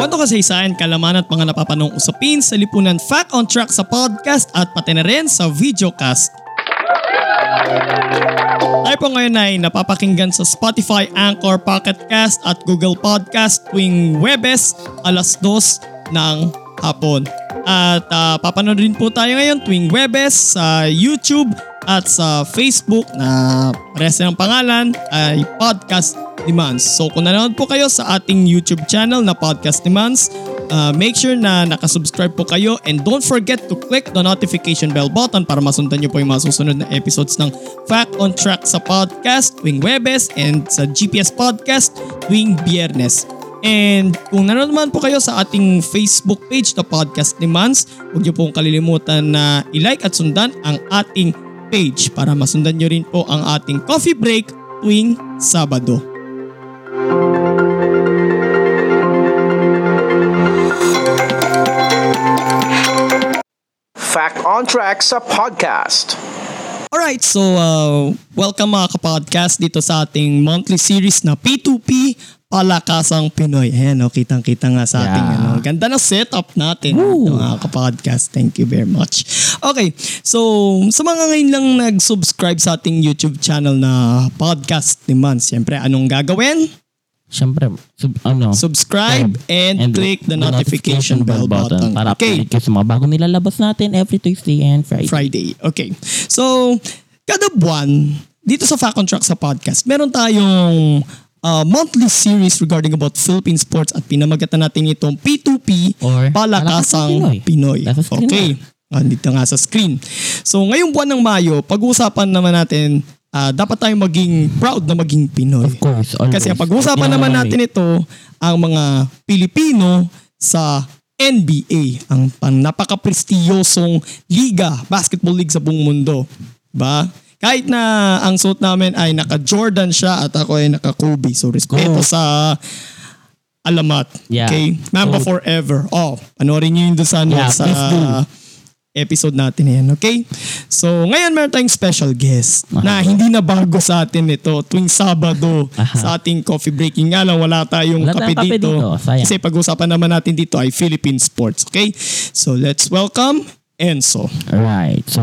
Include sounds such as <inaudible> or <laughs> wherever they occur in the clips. Kwento kasaysayan, kalaman at mga napapanong usapin sa lipunan Fact on Track sa podcast at pati na rin sa videocast. Tayo po ngayon ay napapakinggan sa Spotify, Anchor, Pocket Cast at Google Podcast tuwing Webes alas 2 ng hapon. At ah, papanood rin po tayo ngayon tuwing Webes sa YouTube at sa Facebook na pares ng pangalan ay Podcast Demands. So kung nanonood po kayo sa ating YouTube channel na Podcast Demands, ah, make sure na nakasubscribe po kayo and don't forget to click the notification bell button para masundan nyo po yung mga susunod na episodes ng Fact on Track sa podcast tuwing Webes and sa GPS podcast tuwing Biyernes. And kung nanonood man po kayo sa ating Facebook page na Podcast Demands, huwag nyo pong kalilimutan na ilike at sundan ang ating page para masundan nyo rin po ang ating coffee break tuwing Sabado. Fact on Track sa podcast. Alright, so uh, welcome mga kapodcast dito sa ating monthly series na P2P Palakasang Pinoy. Ayan, oh, kitang-kita nga sa ating ano, ganda ng setup natin dito, mga kapodcast. Thank you very much. Okay, so sa mga ngayon lang nag-subscribe sa ating YouTube channel na Podcast ni Man, siyempre anong gagawin? Siyempre, sub, ano, Subscribe Oh. and, click the, notification, bell button. para okay, update kayo sa mga bagong nilalabas natin every Tuesday and Friday. Friday. Okay. So, kada buwan, dito sa Fact on Track sa podcast, meron tayong uh, monthly series regarding about Philippine sports at pinamagatan natin itong P2P Or Palakasang Palakasang Pinoy. Pinoy. Nasa screen Okay. Ah, Dito nga sa screen. So, ngayong buwan ng Mayo, pag-uusapan naman natin, ah, dapat tayong maging proud na maging Pinoy. Of course, always. Kasi ang pag-uusapan Yan naman ang natin ito, ang mga Pilipino sa NBA, ang pang napaka-prestiyosong liga, basketball league sa buong mundo. Ba? Kahit na ang suit namin ay naka-Jordan siya at ako ay naka-Kobe. So, respeto sa alamat. Oh. Yeah. Okay? Mamba So- forever. Oh, panoorin niyo yun doon sa, ano, Yeah, sa please do. episode natin yan. Okay? So, ngayon meron tayong special guest na hindi na bago sa atin ito tuwing Sabado sa ating coffee breaking. Nga lang, wala tayong Wala kape, tayong kape dito. dito. Sayang. Kasi pag-usapan naman natin dito ay Philippine sports. Okay? So, let's welcome Enzo. Alright. So,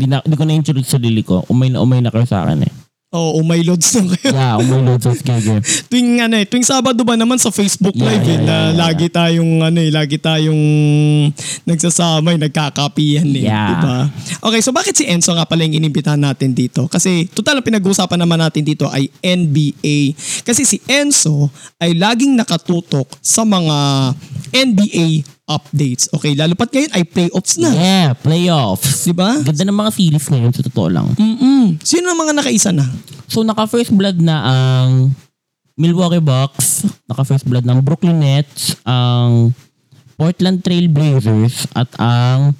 di, na, di ko na-introduce sarili ko. Umay na umay na kayo sa akin eh. Oh, umay loads na kayo. Yeah, umay load sa schedule. tuwing ano eh, tuwing Sabado ba naman sa Facebook Yeah, Live eh, yeah, na yeah, yeah. lagi tayong ano eh, lagi tayong nagsasama eh, nagkakapihan eh, Yeah. 'di ba? Okay, so bakit si Enzo nga pala yung inimbitahan natin dito? Kasi total ang pinag-uusapan naman natin dito ay NBA. Kasi si Enzo ay laging nakatutok sa mga NBA updates. Okay, lalo pat ngayon ay playoffs <laughs> na, Yeah, playoffs. 'di ba? Ganda ng mga series ngayon sa totoo lang. Mm. Sino ang mga nakaisa na? So, naka-first blood na ang Milwaukee Bucks, naka-first blood ng Brooklyn Nets, ang Portland Trail Blazers, at ang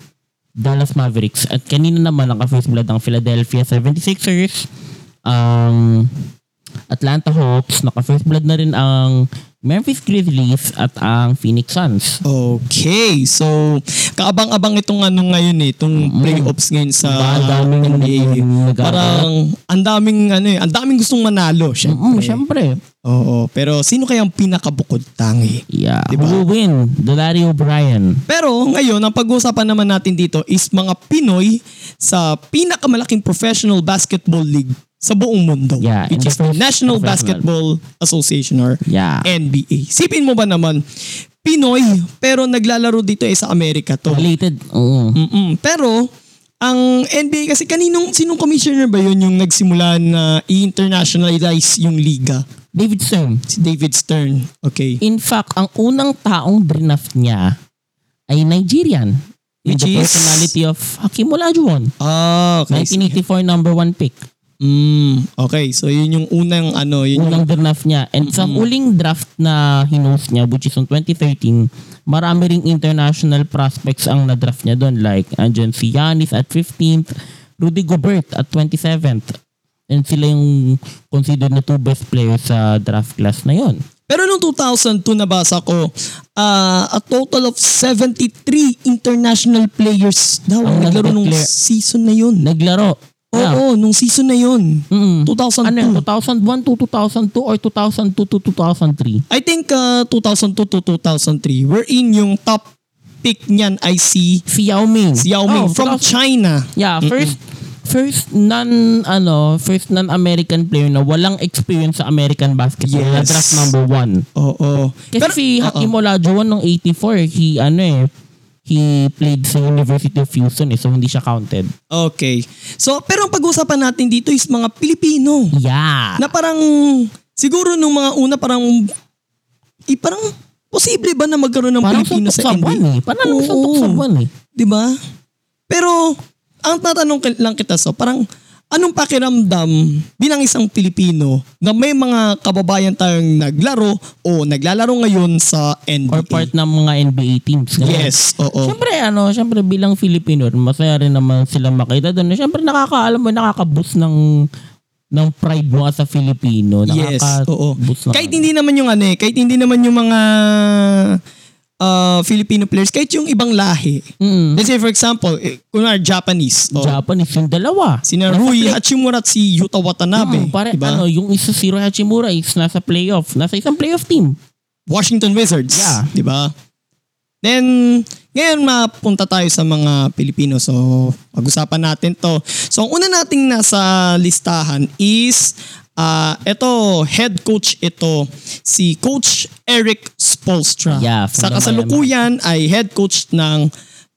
Dallas Mavericks. At kanina naman naka-first blood ang Philadelphia 76ers, ang Atlanta Hawks, naka-first blood na rin ang Memphis Grizzlies at ang Phoenix Suns. Okay, so kaabang-abang itong ano ngayon eh, itong playoffs ngayon sa Ang daming NBA. nag- Parang ang daming ano eh, ang daming gustong manalo, syempre. Mm, syempre. Oo, pero sino kaya ang pinakabukod tangi? Yeah. Diba? Who will win? The Larry O'Brien. Pero ngayon, ang pag-uusapan naman natin dito is mga Pinoy sa pinakamalaking professional basketball league sa buong mundo, Yeah, which in the is the first National Basketball professional. Association or Yeah. NBA. Sipin mo ba naman, Pinoy, pero naglalaro dito eh sa Amerika to. Related. Oo. Mm-mm. Pero, ang NBA kasi kaninong, sinong commissioner ba yun yung nagsimula na i-internationalize yung liga? David Stern. Si David Stern. Okay. In fact, ang unang taong draft niya ay Nigerian. With Which the is- personality of Hakim Olajuwon. Ah, okay. 1984 number one pick. Mm, okay, so yun yung unang ano, yun yung Mm-hmm. unang draft niya. And sa huling draft na hinost niya, which is on 2013, marami ring international prospects ang na-draft niya doon. Like, andyan si Yanis at 15th, Rudy Gobert at 27th. And sila yung considered na two best players sa draft class na yon. Pero noong 2002 nabasa ko, ah, a total of 73 international players daw ang Ang naglaro nung nag-declare. season na yun. Naglaro. Oo, nung season na yun. Mm. 2002. Ano yun? 2001 to 2002 or 2002 to 2003? I think ah, 2002 to 2003, wherein yung top pick niyan ay si, Si Yao Ming. si Yao Ming Oh, from 2000 China. Yeah, first first non ano, first non-American player na walang experience sa American basketball na Yes. draft number one. Oo. Kasi si Hakim Olajuwon nung 84, he ano eh, he played sa University of Houston eh, so hindi siya counted. Okay. So, pero ang pag-uusapan natin dito is mga Pilipino. Yeah. Na parang, siguro nung mga una parang, eh, parang, posible ba na magkaroon ng parang Pilipino suntok sa sa buwan eh. NBA? Parang oh, Oo. suntok sa buwan eh. Di ba? Pero, ang tatanong ki- lang kita so, parang, anong pakiramdam bilang isang Pilipino na may mga kababayan tayong naglaro o naglalaro ngayon sa NBA? Or part ng mga NBA teams. Ganun. Yes, oo. Siyempre ano, siyempre bilang Filipino, masaya rin naman sila makita doon. Siyempre nakakaalam mo, nakaka-boost ng ng pride mo as a Filipino. Yes, oo. Nakaka-boost ng- Kahit hindi naman yung ano eh, kahit hindi naman yung mga ah, Filipino players, kahit yung ibang lahi. Mm. Let's say for example, eh, kunwari Japanese. Oh, Japanese yung dalawa. sina Rui Hachimura at si Yuta Watanabe. Mm, pare, diba? ano, yung isa si Roy Hachimura is nasa playoff. Nasa isang playoff team. Washington Wizards. Yeah. Di ba? Then, ngayon mapunta tayo sa mga Pilipino. So, pag-usapan natin to. So, ang una nating nasa listahan is, ah ito, head coach ito, si Coach Eric Spolstra. Yeah, from sa the kasalukuyan ay head coach ng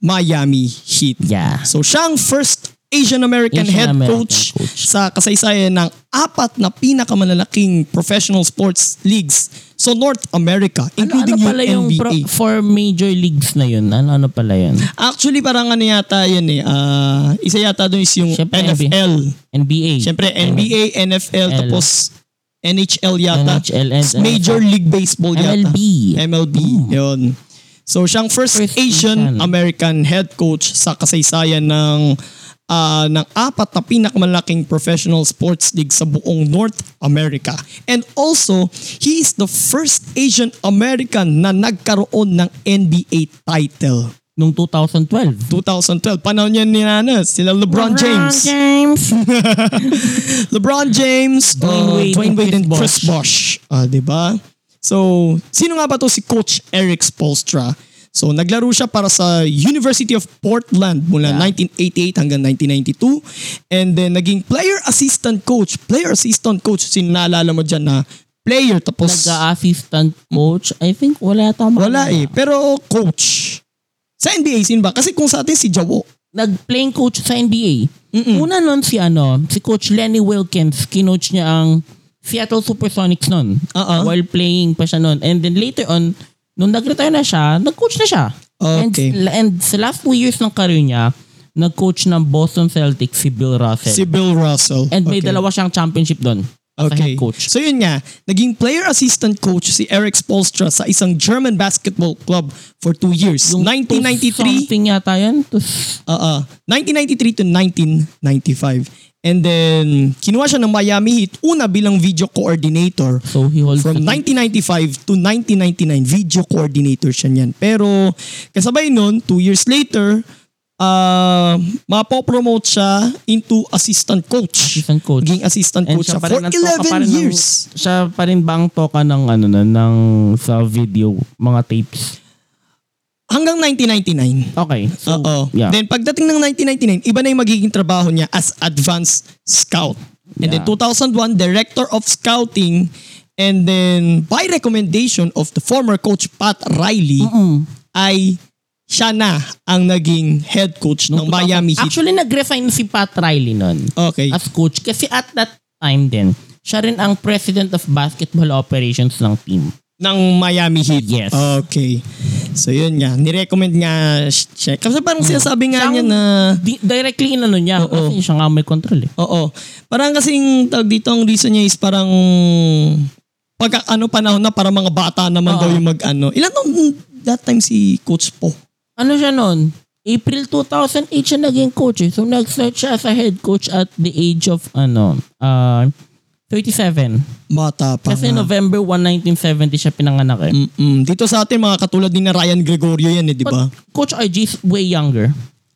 Miami Heat. Yeah. So, siyang first Asian-American Asian head American coach, coach. sa kasaysayan ng apat na pinakamalalaking professional sports leagues sa North America, Ano, ano including pala yung yung NBA. pro, four major leagues na yun? Ano, ano pala <laughs> yun? Actually, parang ano yata yun eh. ah, isa yata doon is yung Siyempre, NFL. NBA. Siyempre, NBA, NFL, L. tapos NHL yata. NHL and Major League Baseball yata. MLB. MLB, yun. So, siyang first, First Asian-American head coach sa kasaysayan ng ah, ng apat na pinakamalaking professional sports league sa buong North America. And also, he is the first Asian-American na nagkaroon ng NBA title. Nung 2012. 2012, panahon niya ni ano, sila LeBron James. <laughs> James. LeBron James, Dwayne uh, Wade, Dwayne Wade, and and Chris Chris Bosh. Ah, 'di ba? So, sino nga ba to si Coach Eric Spoelstra? So, naglaro siya para sa University of Portland mula 1988 hanggang 1992. And then, naging player assistant coach. Player assistant coach, sino naalala mo dyan na player tapos Nag-assistant coach. I think wala tama. wala eh. Pero coach. Sa NBA, sino ba? Kasi kung sa atin si Jawo. nag-playing coach sa NBA. Una nun si ano, si coach Lenny Wilkins, kinoach niya ang Seattle Supersonics nun. Uh-uh. While playing pa siya nun. And then later on, nung nag-retire na siya, nag-coach na siya. Okay. And, and sa last two years ng career niya, nag-coach ng Boston Celtics si Bill Russell. Si Bill Russell. and may Okay. dalawa siyang championship doon. as a Okay. head coach. So yun nga, naging player assistant coach si Eric Spolstra sa isang German basketball club for two years. 1993, Something yata yun. To, uh, 1993 to 1995. And then, kinuha siya ng Miami Heat una bilang video coordinator. so he holds From the- 1995 to 1999, video coordinator siya niyan. Pero kasabay nun, two years later, uh, mapopromote siya into assistant coach. Assistant coach. Naging assistant And coach siya siya pa for rin ang toka 11 pa rin ng- years. siya pa rin ba ang toka ng ano na, ng sa video, mga tapes? hanggang 1999. Okay. So, Oo. Yeah. Then pagdating ng 1999, iba na yung magiging trabaho niya as advanced scout. And then Yeah. 2001, director of scouting. And then by recommendation of the former coach Pat Riley, ay siya na ang naging head coach ng Miami Heat. Actually, nag-resign si Pat Riley nun Okay. as coach kasi at that time din, siya rin ang president of basketball operations ng team. ng Miami Heat. Yes. Okay. So yun nga, nirecommend nga siya. Kasi parang Mm. sinasabi nga niya na Di- directly in ano niya. Oo. Kasi siya nga may control eh. Oo. Parang kasing tawag dito ang reason niya is parang pag ano panahon na para mga bata naman Oo. daw yung mag ano. Ilan nung that time si Coach Po? Ano siya noon? April 2008 siya naging coach eh. So nag-start siya as a head coach at the age of ano, uh, 37. Bata pa. Kasi nga. November 1, 1970 siya pinanganak eh. Mm-mm. Dito sa atin mga katulad ni na Ryan Gregorio yan eh, di ba? But Coach RG is way younger.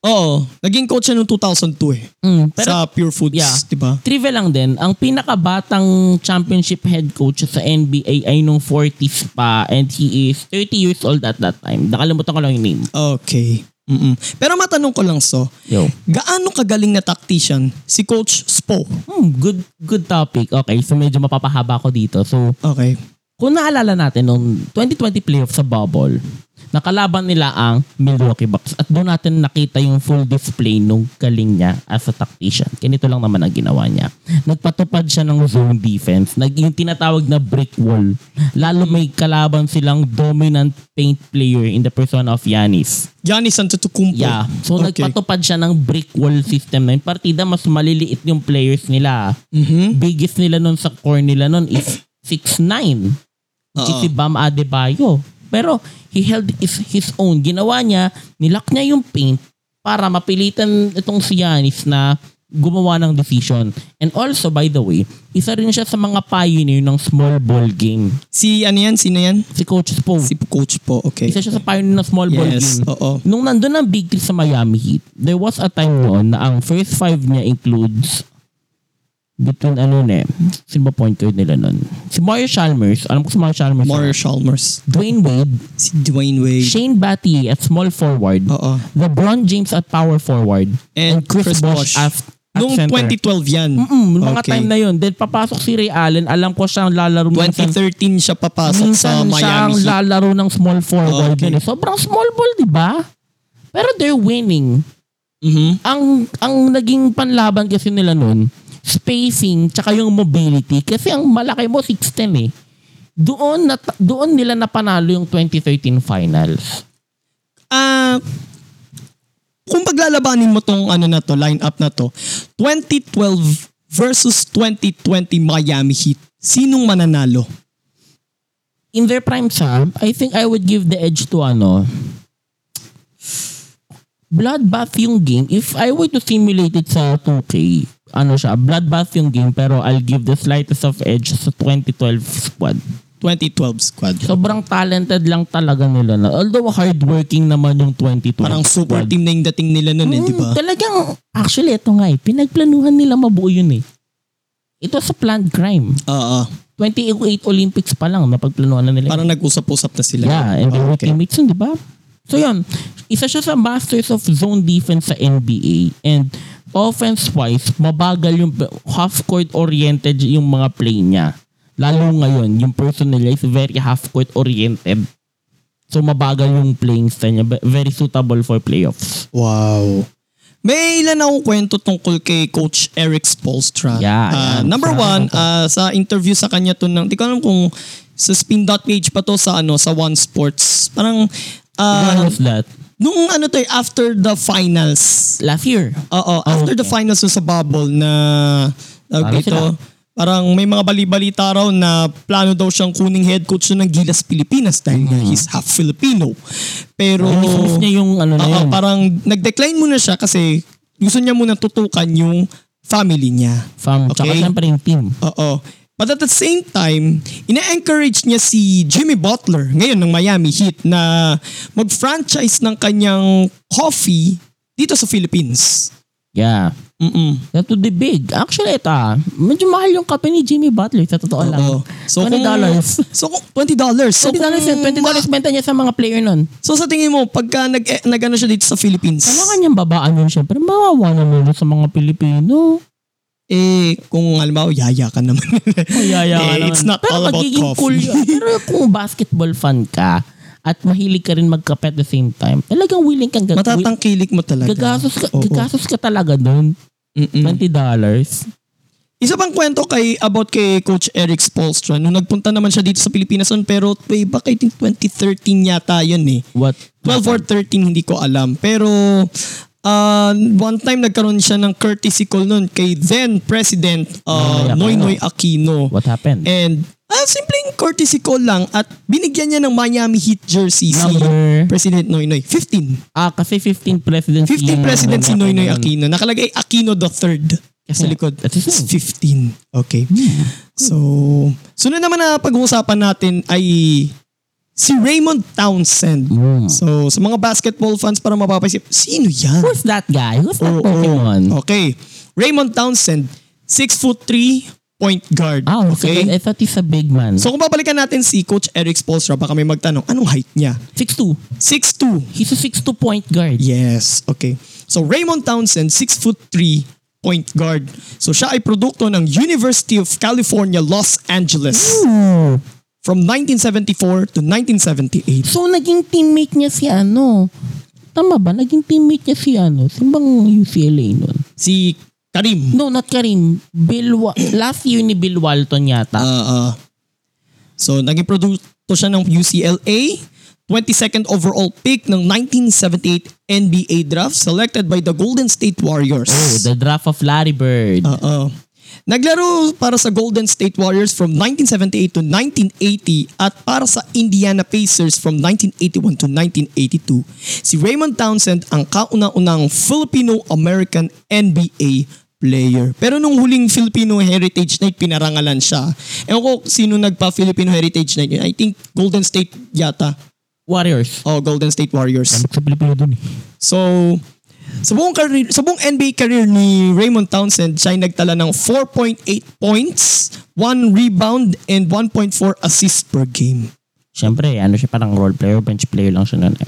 Oo. Naging coach siya noong 2002 eh. Pero sa Pure Foods, Yeah. di ba? trivia lang din, ang pinakabatang championship head coach sa NBA ay nung 40s pa and he is 30 years old at that time. Nakalimutan ko lang yung name. Okay. Mm-mm. Pero matanong ko lang so, Yo. gaano kagaling na tactician si Coach Spo? Hmm, good good topic. Okay, so medyo mapapahaba ko dito. So, Okay. kung naalala natin nung 2020 playoff sa bubble, nakalaban nila ang Milwaukee Bucks at doon natin nakita yung full display nung galing niya as a tactician. Ganito lang naman ang ginawa niya. Nagpatupad siya ng zone defense, nag, yung tinatawag na brick wall. Lalo may kalaban silang dominant paint player in the person of Yanis. Giannis Antetokounmpo. Yeah. So Okay. nagpatupad siya ng brick wall system na yung partida mas maliliit yung players nila. Mm-hmm. Mm-hmm. Biggest nila nun sa core nila nun is 6'9". Which is Oo. si Bam Adebayo. Pero he held his, his own. Ginawa niya, nilock niya yung paint para mapilitan itong si Giannis na gumawa ng decision. And also, by the way, isa rin siya sa mga pioneer ng small ball game. Si ano yan? Sino yan? Si Coach Spove. Si Coach Po. Okay. Isa siya sa pioneer ng small ball Yes, game. oo. Nung nandun ang Big Three sa Miami Heat, there was a time noon na ang first five niya includes between ano na eh, sino ba point guard nila nun? Si Mario Chalmers, alam ko si Mario Chalmers. Mario Chalmers. Dwayne Wade, Si Dwayne Wade. Shane Battier at small forward, Oo. LeBron James at power forward, Oh, And Chris Bosh. at, at Noong center. 2012 yan. Mm, yung mga Okay. time na yun. Then papasok si Ray Allen, alam ko siyang lalaro minsan 2013 siya papasok sa minsan siyang Miami Heat. lalaro ng small forward Okay. yun eh. Sobrang small ball, di ba? Pero they're winning. Mhm. Ang ang naging panlaban kasi nila nun, spacing tsaka yung mobility kasi ang malaki mo 6'10 eh. Doon na, doon nila napanalo yung 2013 finals. Ah, kung paglalabanin mo tong ano na to, lineup na to, 2012 versus 2020 Miami Heat, sinong mananalo? In their prime time, I think I would give the edge to ano bloodbath yung game. If I were to simulate it sa 2K, ano siya, bloodbath yung game pero I'll give the slightest of edge sa 2012 squad. 2012 squad. Sobrang talented lang talaga nila. Na. Although hardworking naman yung 2012 Parang super squad. team na yung dating nila nun eh, Mm, di ba? Talagang, actually, ito nga eh. Pinagplanuhan nila mabuo yun eh. Ito sa planned crime. Oo. 28 Olympics pa lang, napagplanuhan na nila. Parang nag-usap-usap na sila. yeah, and they Oh, were okay. teammates yun, di ba? So yun, isa siya sa masters of zone defense sa NBA. And offense-wise, mabagal yung half-court oriented yung mga play niya. Lalo ngayon, yung personnel niya is very half-court oriented. So mabagal yung playing style niya. but Very suitable for playoffs. Wow. May ilan akong kwento tungkol kay Coach Eric Spolstra. Yeah, Ah, yan. number Sarap one, ah, sa interview sa kanya to ng, di ko alam kung sa spin.page pa to sa ano, sa One Sports. Parang, ah, When was that? nung ano to eh, after the finals. Last year. Oo, Ah, after the finals dun sa bubble na tawag Ano dito, sila? parang may mga balibalita raw na plano daw siyang kuning head coach nun ng Gilas Pilipinas dahil nga he's half Filipino. Pero Nilinis Mm. niya yung ano na Oo, yun. parang nag-decline muna siya kasi gusto niya muna tutukan yung family niya. Fam, tsaka Okay. syempre yung team. Oo. But at the same time, ina-encourage niya si Jimmy Butler, ngayon ng Miami Heat, na mag-franchise ng kanyang coffee dito sa Philippines. Yeah. Mm-mm. That would be big. Actually, ito ah, medyo mahal yung kape ni Jimmy Butler sa totoo lang. Oo. So, $20. Kung, so, kung, $20. So, $20 yun. kung $20 ma- benta niya sa mga player nun. So, sa tingin mo, pagka nag, eh, nag-ano siya dito sa Philippines, Kailangan niyang babaan yun syempre. Mawawa naman yun sa mga Pilipino. eh, kung halimbawa, yaya ka naman. Kaya Eh, It's not Pero all about magiging coffee. cool <laughs> yun. Pero kung basketball fan ka at mahilig ka rin magkape at the same time, talagang willing kang gag- Matatangkilik mo talaga. gagasos ka, Oo. gagasos ka talaga doon. Mm-mm. $20. Isa pang kwento kay about kay Coach Eric Spoelstra nung nagpunta naman siya dito sa Pilipinas noon pero way back I think 2013 yata yun eh. What? 12 or 13 hindi ko alam pero uh, one time nagkaroon siya ng courtesy call noon kay then President uh, Noynoy Noynoy Aquino. Ah, What happened? And ah, simpleng courtesy call lang at binigyan niya ng Miami Heat jersey si Number? President Noynoy. 15. Ah, kasi 15 president 15 President si Noynoy Aquino. Nakalagay Aquino the third sa likod. That's his name. 15. Okay. So, sunod naman na pag-uusapan natin ay si Raymond Townsend. Mm. So, sa mga basketball fans para mapapaisip, sino yan? Who's that guy? Who's that Oo. Pokemon? Okay. Raymond Townsend, 6 foot 3 point guard. Ah, okay. I thought he's a big man. So kung babalikan natin si Coach Eric Spoelstra, baka may magtanong, anong height niya? 6'2". 6'2". He's a 6'2 point guard. Yes, okay. So Raymond Townsend, 6 foot 3 point guard. So siya ay produkto ng University of California, Los Angeles Ooh. from 1974 to 1978. So, naging teammate niya si ano? Tama ba? Naging teammate niya si ano? Simbang UCLA nun? Si Karim. No, not Karim. Bill Wa- last year ni Bill Walton yata. Uh, uh, so naging produkto siya ng UCLA, 22nd overall pick ng 1978 NBA draft, selected by the Golden State Warriors. oh, the draft of Larry Bird. Oo. Naglaro para sa Golden State Warriors from 1978 to 1980 at para sa Indiana Pacers from 1981 to 1982. Si Raymond Townsend ang kauna-unang Filipino-American NBA player. Pero nung huling Filipino Heritage Night, pinarangalan siya. Ewan ko sino nagpa-Filipino Heritage Night yun. I think Golden State yata. Warriors. Oh, Golden State Warriors. Sa Pilipino dun eh. So, sa buong, career, sa buong NBA career ni Raymond Townsend, siya ay nagtala ng 4.8 points, 1 rebound, and 1.4 assists per game. Siyempre, ano siya parang role player, bench player lang siya nun eh.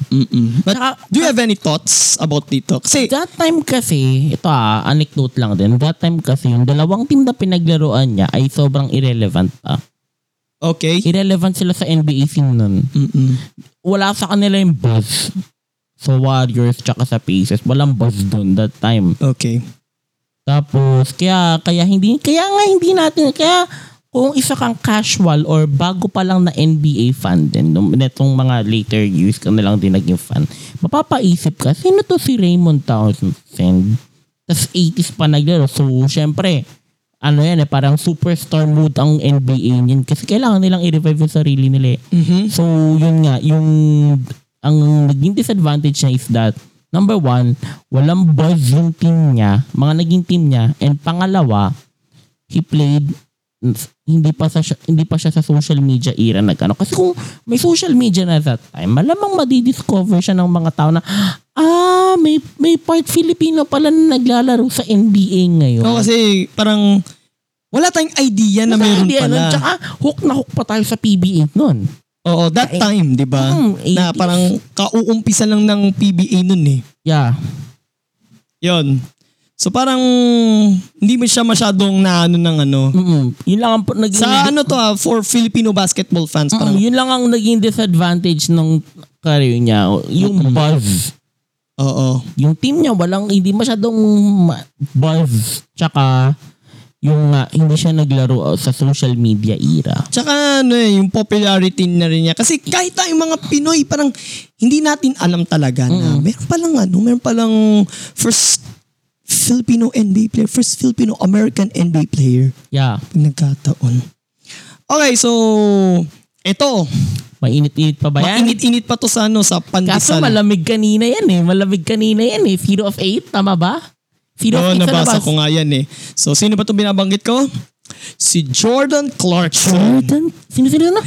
But Saka- do you have any thoughts about dito? Kasi, That time kasi, ito ah, anecdote lang din. That time kasi, yung dalawang team na pinaglaruan niya ay sobrang irrelevant pa. okay. Irrelevant sila sa NBA scene nun. Mm-mm. Wala sa kanila yung buzz. Sa Warriors tsaka sa Pacers. Walang buzz dun that time. Okay. Tapos, kaya, kaya hindi, kaya nga hindi natin, kaya kung isa kang casual or bago pa lang na NBA fan din, nung- netong mga later years ka na lang din naging fan, mapapaisip ka, sino to si Raymond Townsend? Tapos 80s pa naglaro. So, syempre, ano yan eh, parang superstar mood ang NBA niyan. Kasi kailangan nilang i-revive yung sarili nila eh. So, yun nga, yung ang naging disadvantage niya is that number one, walang buzz yung team niya, mga naging team niya, and pangalawa, he played hindi pa sa hindi pa siya sa social media era nagano kasi kung may social media na that time malamang madidiscover siya ng mga tao na ah may may part Filipino pala na naglalaro sa NBA ngayon No, kasi parang wala tayong idea na meron Hindi, ano, pala. Tsaka hook na hook pa tayo sa PBA noon. Oo, that time, di ba? Mm, 80s. Na parang kauumpisa lang ng PBA nun eh. Yeah. Yun. So parang hindi mo siya masyadong na ano ng ano. Mm-mm. Yun lang ang naging Sa ano to ah, for Filipino basketball fans. Mm, Parang, yun lang ang naging disadvantage ng career niya. Yung buzz. oo. Yung team niya, walang, hindi masyadong ma- buzz. Tsaka, yung nga, hindi siya naglaro uh, sa social media era. Tsaka ano eh, yung popularity na rin niya. Kasi kahit tayong mga Pinoy, parang hindi natin alam talaga na meron palang ano, meron palang first Filipino NBA player, first Filipino-American NBA player Yeah. pag nagkataon. Okay, so eto, Mainit-init pa ba yan? mainit-init pa to sa ano, sa Kaso pandesal. malamig kanina yan eh. Malamig kanina yan eh. Zero of eight, tama ba? Zero Oo, of eight sa nabasa labas. ko nga yan eh. So, sino ba itong binabanggit ko? Si Jordan Clarkson. Jordan, sino-sino na?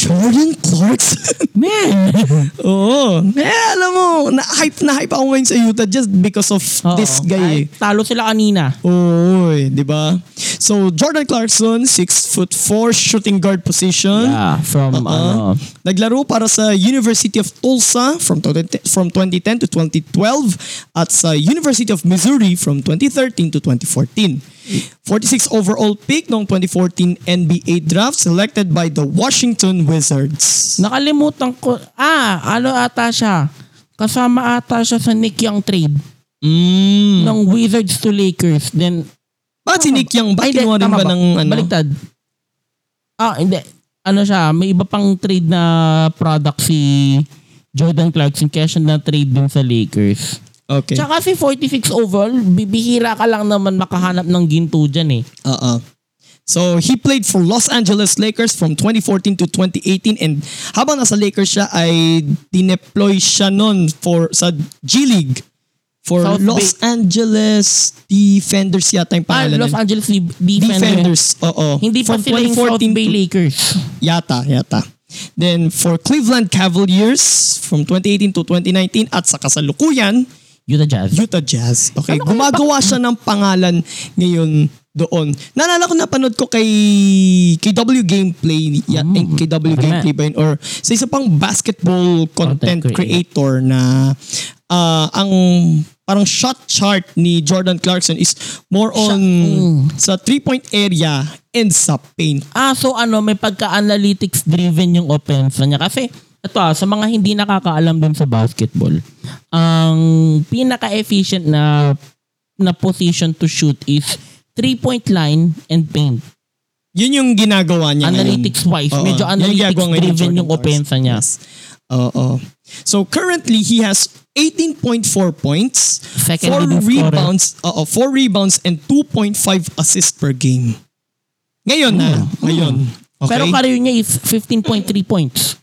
Jordan Clarkson? Man! <laughs> Oo. Eh, alam mo, na-hype na hype ako ngayon sa Utah just because of Oo. this guy eh. Ay, talo sila kanina. Oo, eh, di ba? So, Jordan Clarkson, 6 foot 4 shooting guard position. Yeah, from Uh, ano. Naglaro para sa University of Tulsa from 2010, from 2010 to 2012 at sa University of Missouri from 2013 to 2014. 46 overall pick noong 2014 NBA draft selected by the Washington Wizards. Nakalimutan ko. Ah, ano ata siya? Kasama ata siya sa Nick Young trade Mm. ng Wizards to Lakers. Then Bakit si Nick Young? Bakit kinuha rin tama ba ng ano? Baliktad. Ah, hindi. Ano siya, may iba pang trade na product si Jordan Clarkson kaya siya na-trade dun sa Lakers. Okay. Tsaka si 46 overall, bibihira ka lang naman makahanap ng ginto dyan eh. Uh-uh. So, he played for Los Angeles Lakers from 2014 to 2018 and habang nasa Lakers siya ay dineploy siya noon for sa G League for South Los Angeles Defenders yata yung Ah, pangalan. Los nun. Angeles Def- Defenders. Defenders, oo. Hindi pa From sila yung South 2014 Bay to- Lakers. Yata, yata. Then for Cleveland Cavaliers from 2018 to 2019 at sa kasalukuyan, Utah Jazz. Ano Utah Jazz. Okay, gumagawa siya ng pangalan ngayon doon. Naalala ko napanood ko kay KW Gameplay, ya, eh, KW Mm, okay. Gameplay ba yun? Or sa isa pang basketball content, Content creator na ah, ang parang shot chart ni Jordan Clarkson is more on mm. sa three-point area and sa paint. Ah, so ano, may pagka-analytics driven yung offense niya. Kasi, ito ah, sa mga hindi nakakaalam dun sa basketball, ang pinaka-efficient na na position to shoot is three-point line and paint. Yun yung ginagawa niya Analytics-wise, Oo, medyo yun yung ginagawa ngayon ni analytics-driven Jordan yung offense Clarkson. niya. Yes. Oo. So currently he has 18.4 points, Second 4 leading scorer. rebounds, oo, 4 rebounds and 2.5 assists per game. Ngayon na, ngayon. Okay. Hmm. Pero career niya is 15.3 points.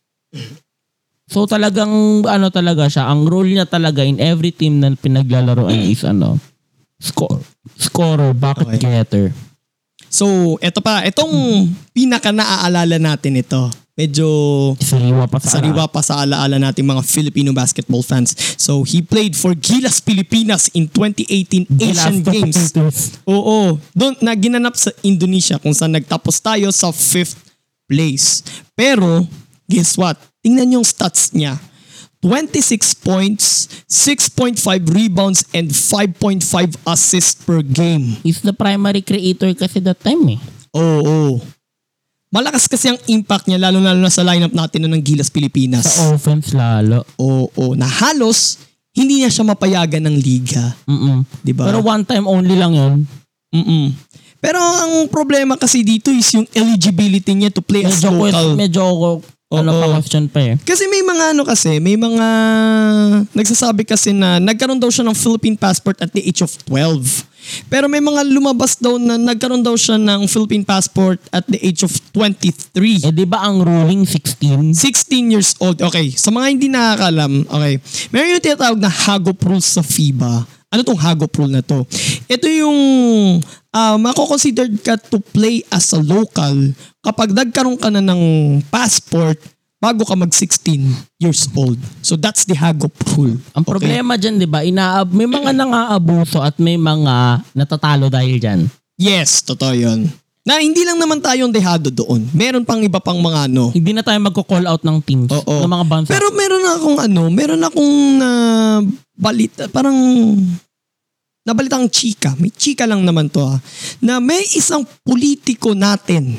So talagang ano talaga siya, ang role niya talaga in every team na pinaglalaroan is ano, score, scorer, Okay. bucket getter. so, eto pa, etong pinaka naaalala natin ito. Medyo Sariwa pa sa sariwa pa sa alaala nating mga Filipino basketball fans. So, he played for Gilas Pilipinas in 2018 Asian Games. Oo. Doon, na ginanap sa Indonesia kung saan nagtapos tayo sa fifth place. Pero, guess what? Tingnan yung stats niya. 26 points, 6.5 rebounds, and 5.5 assists per game. He's the primary creator kasi that time eh. Oo. Malakas kasi ang impact niya, lalo-lalo na sa lineup natin na ng Gilas Pilipinas. Sa offense lalo. Oo. Na halos, hindi niya siya mapayagan ng liga. Mm-mm. Diba? Pero one time only lang yun. Mm-mm. Pero ang problema kasi dito is yung eligibility niya to play as Medyo, local. quest, medyo ano Oo. pa question pa eh. Kasi may mga ano kasi, may mga nagsasabi kasi na nagkaroon daw siya ng Philippine passport at the age of 12. Pero may mga lumabas daw na nagkaroon daw siya ng Philippine passport at the age of 23. Eh di ba ang ruling 16? 16 years old. Okay, sa mga hindi nakakalam, okay. Meron yung tinatawag na Hagop rules sa FIBA. Ano tong Hagop rule na to? Ito yung uh, makoconsidered ka to play as a local kapag nagkaroon ka na ng passport bago ka mag 16 years old. So that's the Hagop rule. Ang Okay? problema dyan, di ba, inaab may mga nangaabuso at may mga natatalo dahil dyan. Yes, totoo yun. Na hindi lang naman tayong dehado doon. Meron pang iba pang mga ano, Hindi na tayo magko-call out ng teams, Oo. ng mga bansa. Pero meron akong ano, meron akong na balita, parang nabalita ang chika. May chika lang naman to ha. Na may isang politiko natin,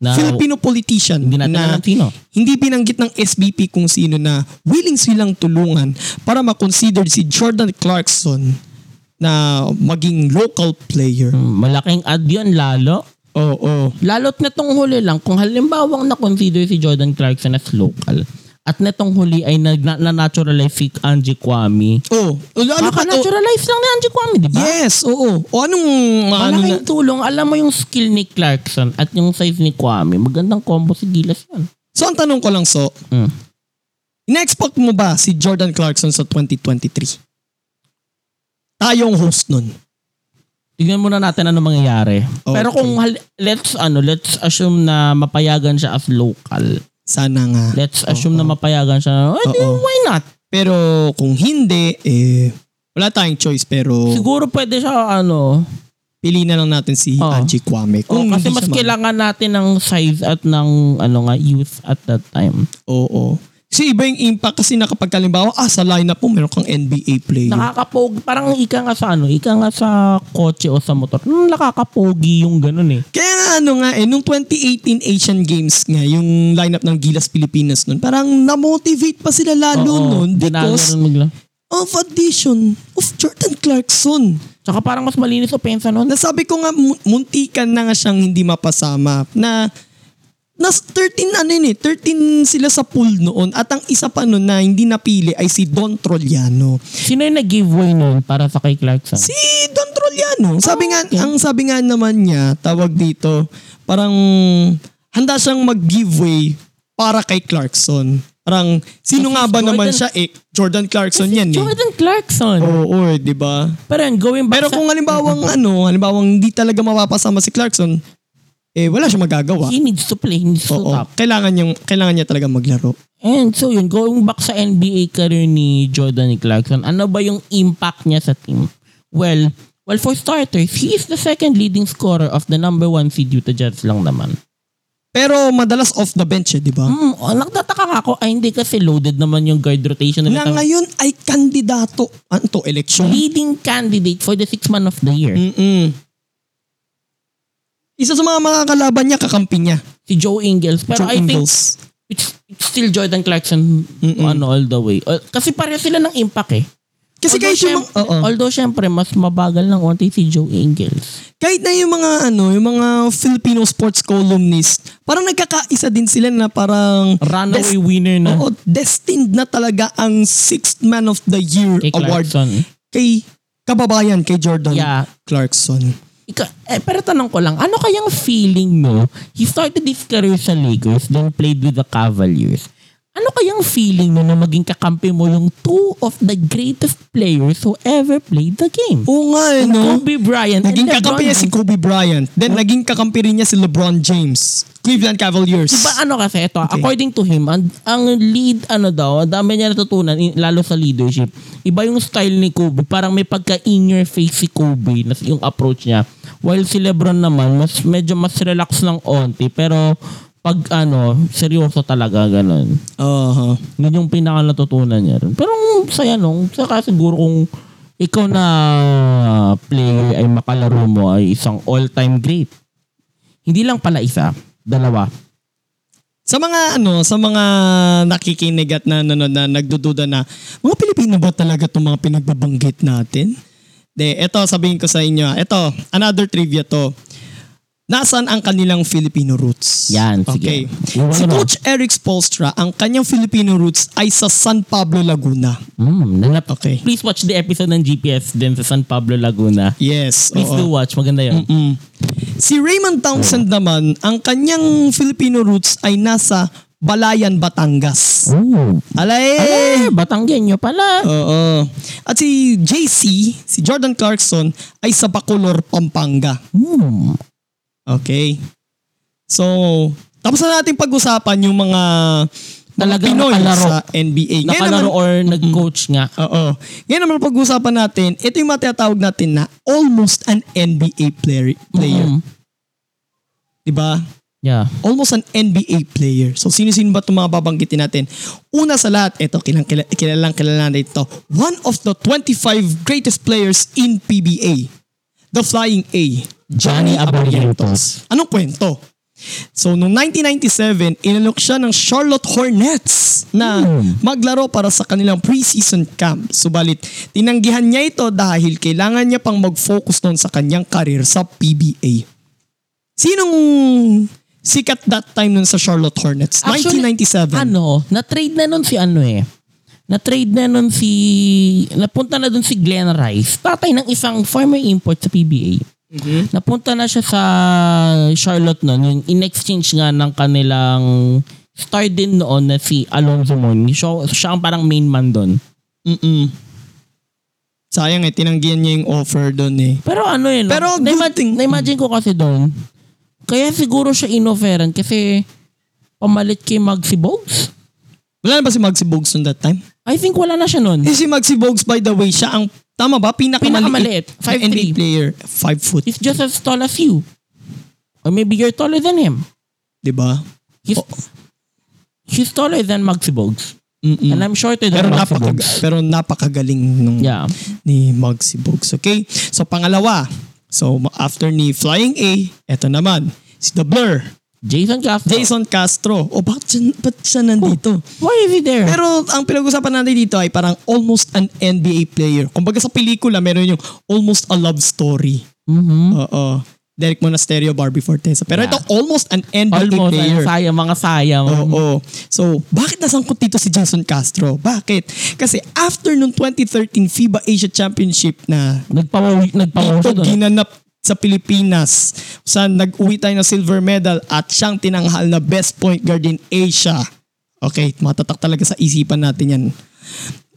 na, Filipino politician, Hindi natin na alam sino. hindi binanggit ng SBP kung sino na willing silang tulungan para makonsider si Jordan Clarkson na maging local player. Oh, Mm, Malaking ad yun lalo. Oo. oo. Lalo't netong huli lang, kung halimbawang na-consider si Jordan Clarkson as local, at netong huli ay nag- na- na-naturalize si Angie Kwame. Oh, lalo pa to. Kaka-naturalize lang ni Angie Kwame, di ba? Yes, oo. O anong ano na, Malaking tulong. Alam mo yung skill ni Clarkson at yung size ni Kwame. Magandang combo si Gilas yan. So ang tanong ko lang so, Mm. Inexpect mo ba si Jordan Clarkson sa 2023? Tayong host nun. Tignan muna natin ano mangyayari. Okay. Pero kung hal- let's ano, let's assume na mapayagan siya as local. Sana nga. Let's assume na mapayagan siya. Eh, di, Oo. why not? Pero kung hindi, eh, wala tayong choice pero Siguro pwede siya ano, pili na lang natin si Oo. Angie Kwame. Oo, Kung Oh, kasi hindi mas siya ma- kailangan natin ng size at ng ano nga youth at that time. Oo. Kasi iba yung impact kasi na kapag halimbawa, ah, sa lineup mo, meron kang NBA player. Nakakapog, parang ika nga sa ano, ika nga sa kotse o sa motor. Hmm, nakakapogi yung ganun eh. Kaya nga ano nga eh, nung 2018 Asian Games nga, yung lineup ng Gilas Pilipinas nun, parang na-motivate pa sila lalo Oo, nun because dinalaran mo lang. of addition of Jordan Clarkson. Tsaka parang mas malinis opensa nun. Nasabi ko nga, mu- muntikan na nga siyang hindi mapasama na nas 13 ano yun eh, 13 sila sa pool noon at ang isa pa noon na hindi napili ay si Don Trollano. Sino yung nag-giveaway nun para sa kay Clarkson? Si Don Trollano, sabi nga, Oh. ang sabi nga naman niya, tawag dito, parang handa siyang mag-giveaway para kay Clarkson. Parang sino nga ba naman Jordan- siya eh? Jordan Clarkson yan eh. Jordan Clarkson. Oo, eh, di ba? Pero yun, going back Pero sa- kung <laughs> halimbawang ano, halimbawang hindi talaga mapapasama si Clarkson, eh wala siyang magagawa. he needs to play, he needs Oo. to top. Kailangan yung kailangan niya talaga maglaro. And so yun, going back sa NBA career ni Jordan Clarkson, ano ba yung impact niya sa team? Well, well for starters, he is the second leading scorer of the number one seed Utah Jazz lang naman. Pero madalas off the bench, eh, di ba? Hmm, oh, nagtataka ka ako, ay hindi kasi loaded naman yung guard rotation. Na nila. ngayon ay kandidato ano to election. leading candidate for the sixth man of the Mm. year. Mm-mm. Isa sa mga makakalaban niya kakampi niya. Si Joe Ingles. Pero Joe I think Ingles. it's, it's still Jordan Clarkson ano, all the way. Uh, kasi pareho sila ng impact eh. Kasi although, kahit yung, mga, syempre, oo. although syempre, mas mabagal ng konti si Joe Ingles. kahit na yung mga ano, yung mga Filipino sports columnist, parang nagkakaisa din sila na parang des- Runaway winner na Oo, destined na talaga ang sixth man of the year kay award Clarkson. kay kababayan kay Jordan Yeah. Clarkson. Ika, eh, pero tanong ko lang, ano kayang feeling mo? He started his career sa Lakers, then played with the Cavaliers. Ano kayang feeling mo na maging kakampi mo yung two of the greatest players who ever played the game? Oo nga eh, no? Kobe Bryant Naging and LeBron kakampi niya si James. Kobe Bryant. Then naging kakampi rin niya si LeBron James. Cleveland Cavaliers. Diba ano kasi ito, according to him, ang, ang lead ano daw, ang dami niya natutunan, in- lalo sa leadership. Iba yung style ni Kobe, parang may pagka in your face si Kobe, nas, yung approach niya. While si Lebron naman, mas, medyo mas relax ng onti, pero pag ano, seryoso talaga, ganun. Aha. Yun yung pinaka natutunan niya rin. Pero ang saya nung, saka siguro kung ikaw na player ay makalaro mo ay isang all-time great. Hindi lang pala isa, dalawa. Sa mga ano, sa mga nakikinig at na, na, na, na nagdududa na, mga Pilipino ba talaga itong mga pinagbabanggit natin? De, eto sabihin ko sa inyo, eto, another trivia to. Nasaan ang kanilang Filipino roots? Yan, okay. sige. Yung Si ano? Coach Eric Spolstra, ang kanyang Filipino roots ay sa San Pablo, Laguna. Mm, nanap. Okay. Please watch the episode ng GPS din sa San Pablo, Laguna. Yes. Please oo. do Mm. watch. Maganda yun. Si Raymond Townsend naman, ang kanyang Filipino roots ay nasa Balayan, Batangas. Ooh. Alay! Eh, Batanggenyo pala. Oo. At si JC, si Jordan Clarkson, ay sa Bacolor, Pampanga. Mm. Hmm. Okay. So, tapos na natin pag-usapan yung mga, mga Talagang Pinoy nakalaro. sa NBA. Ngayon naman, Nakalaro or nag-coach nga. oo. Ngayon naman pag-usapan natin, ito yung matatawag natin na almost an NBA player. player. Mm. Mm-hmm. Diba? Yeah. Almost an NBA player. So, sino-sino ba itong mga babanggitin natin? Una sa lahat, ito, kilang, kila- kilalang kilala natin ito. One of the 25 greatest players in PBA. The Flying A. Johnny Abarientos. Anong kwento? So, noong 1997, inalok siya ng Charlotte Hornets na Hmm. maglaro para sa kanilang preseason camp. Subalit, tinanggihan niya ito dahil kailangan niya pang mag-focus noon sa kanyang karir sa PBA. Sinong sikat that time nun sa Charlotte Hornets? Actually, 1997. Ano, na-trade na nun si ano eh. Na-trade na nun si... Napunta na dun si Glenn Rice. Tatay ng isang former import sa PBA. Mm-hmm. Napunta na siya sa Charlotte nun. Yung in-exchange nga ng kanilang star din noon na si Alonzo Mourning. Siya, siya ang parang main man doon. Mm-mm. Sayang eh, tinanggihan niya yung offer doon eh. Pero ano yun. Pero good thing. Na-imagine ko kasi doon. Kaya siguro siya inoferan kasi pamalit kay Magsi Bogues. Wala na ba si Maxi Bogues noon that time? I think wala na siya noon. Eh, si Maxi Bogues, by the way, siya ang, tama ba? Pinakamaliit. Pinakamaliit. na 5'3". NBA player. 5 foot. He's just as tall as you. Or maybe you're taller than him. Di ba? He's, Oh. he's taller than Maxi Bogues. Mm-mm. And I'm shorter than Pero, Maxi napaka, Bogues. pero napakagaling nung Yeah. ni Muggsy Bogues. Okay? So, pangalawa. So, after ni Flying A, eto naman, si The Blur. Jason Castro. Jason Castro. O bakit siya, ba't siya nandito? Why is he there? Pero ang pinag-usapan natin dito ay parang almost an NBA player. Kumbaga sa pelikula, meron yung almost a love story. Mhm. Oo. Derek Monasterio, Barbie Forteza. Pero Yeah. ito almost an NBA Almost, player. ano, sayang, mga sayang. Oo. So, bakit nasangkot dito si Jason Castro? Bakit? Kasi after nung 2013 FIBA Asia Championship na Nagpawawi, ito nagpawawi siya doon. ginanap sa Pilipinas, saan nag-uwi tayo ng silver medal at siyang tinanghal na best point guard in Asia. Okay, matatak talaga sa isipan natin yan.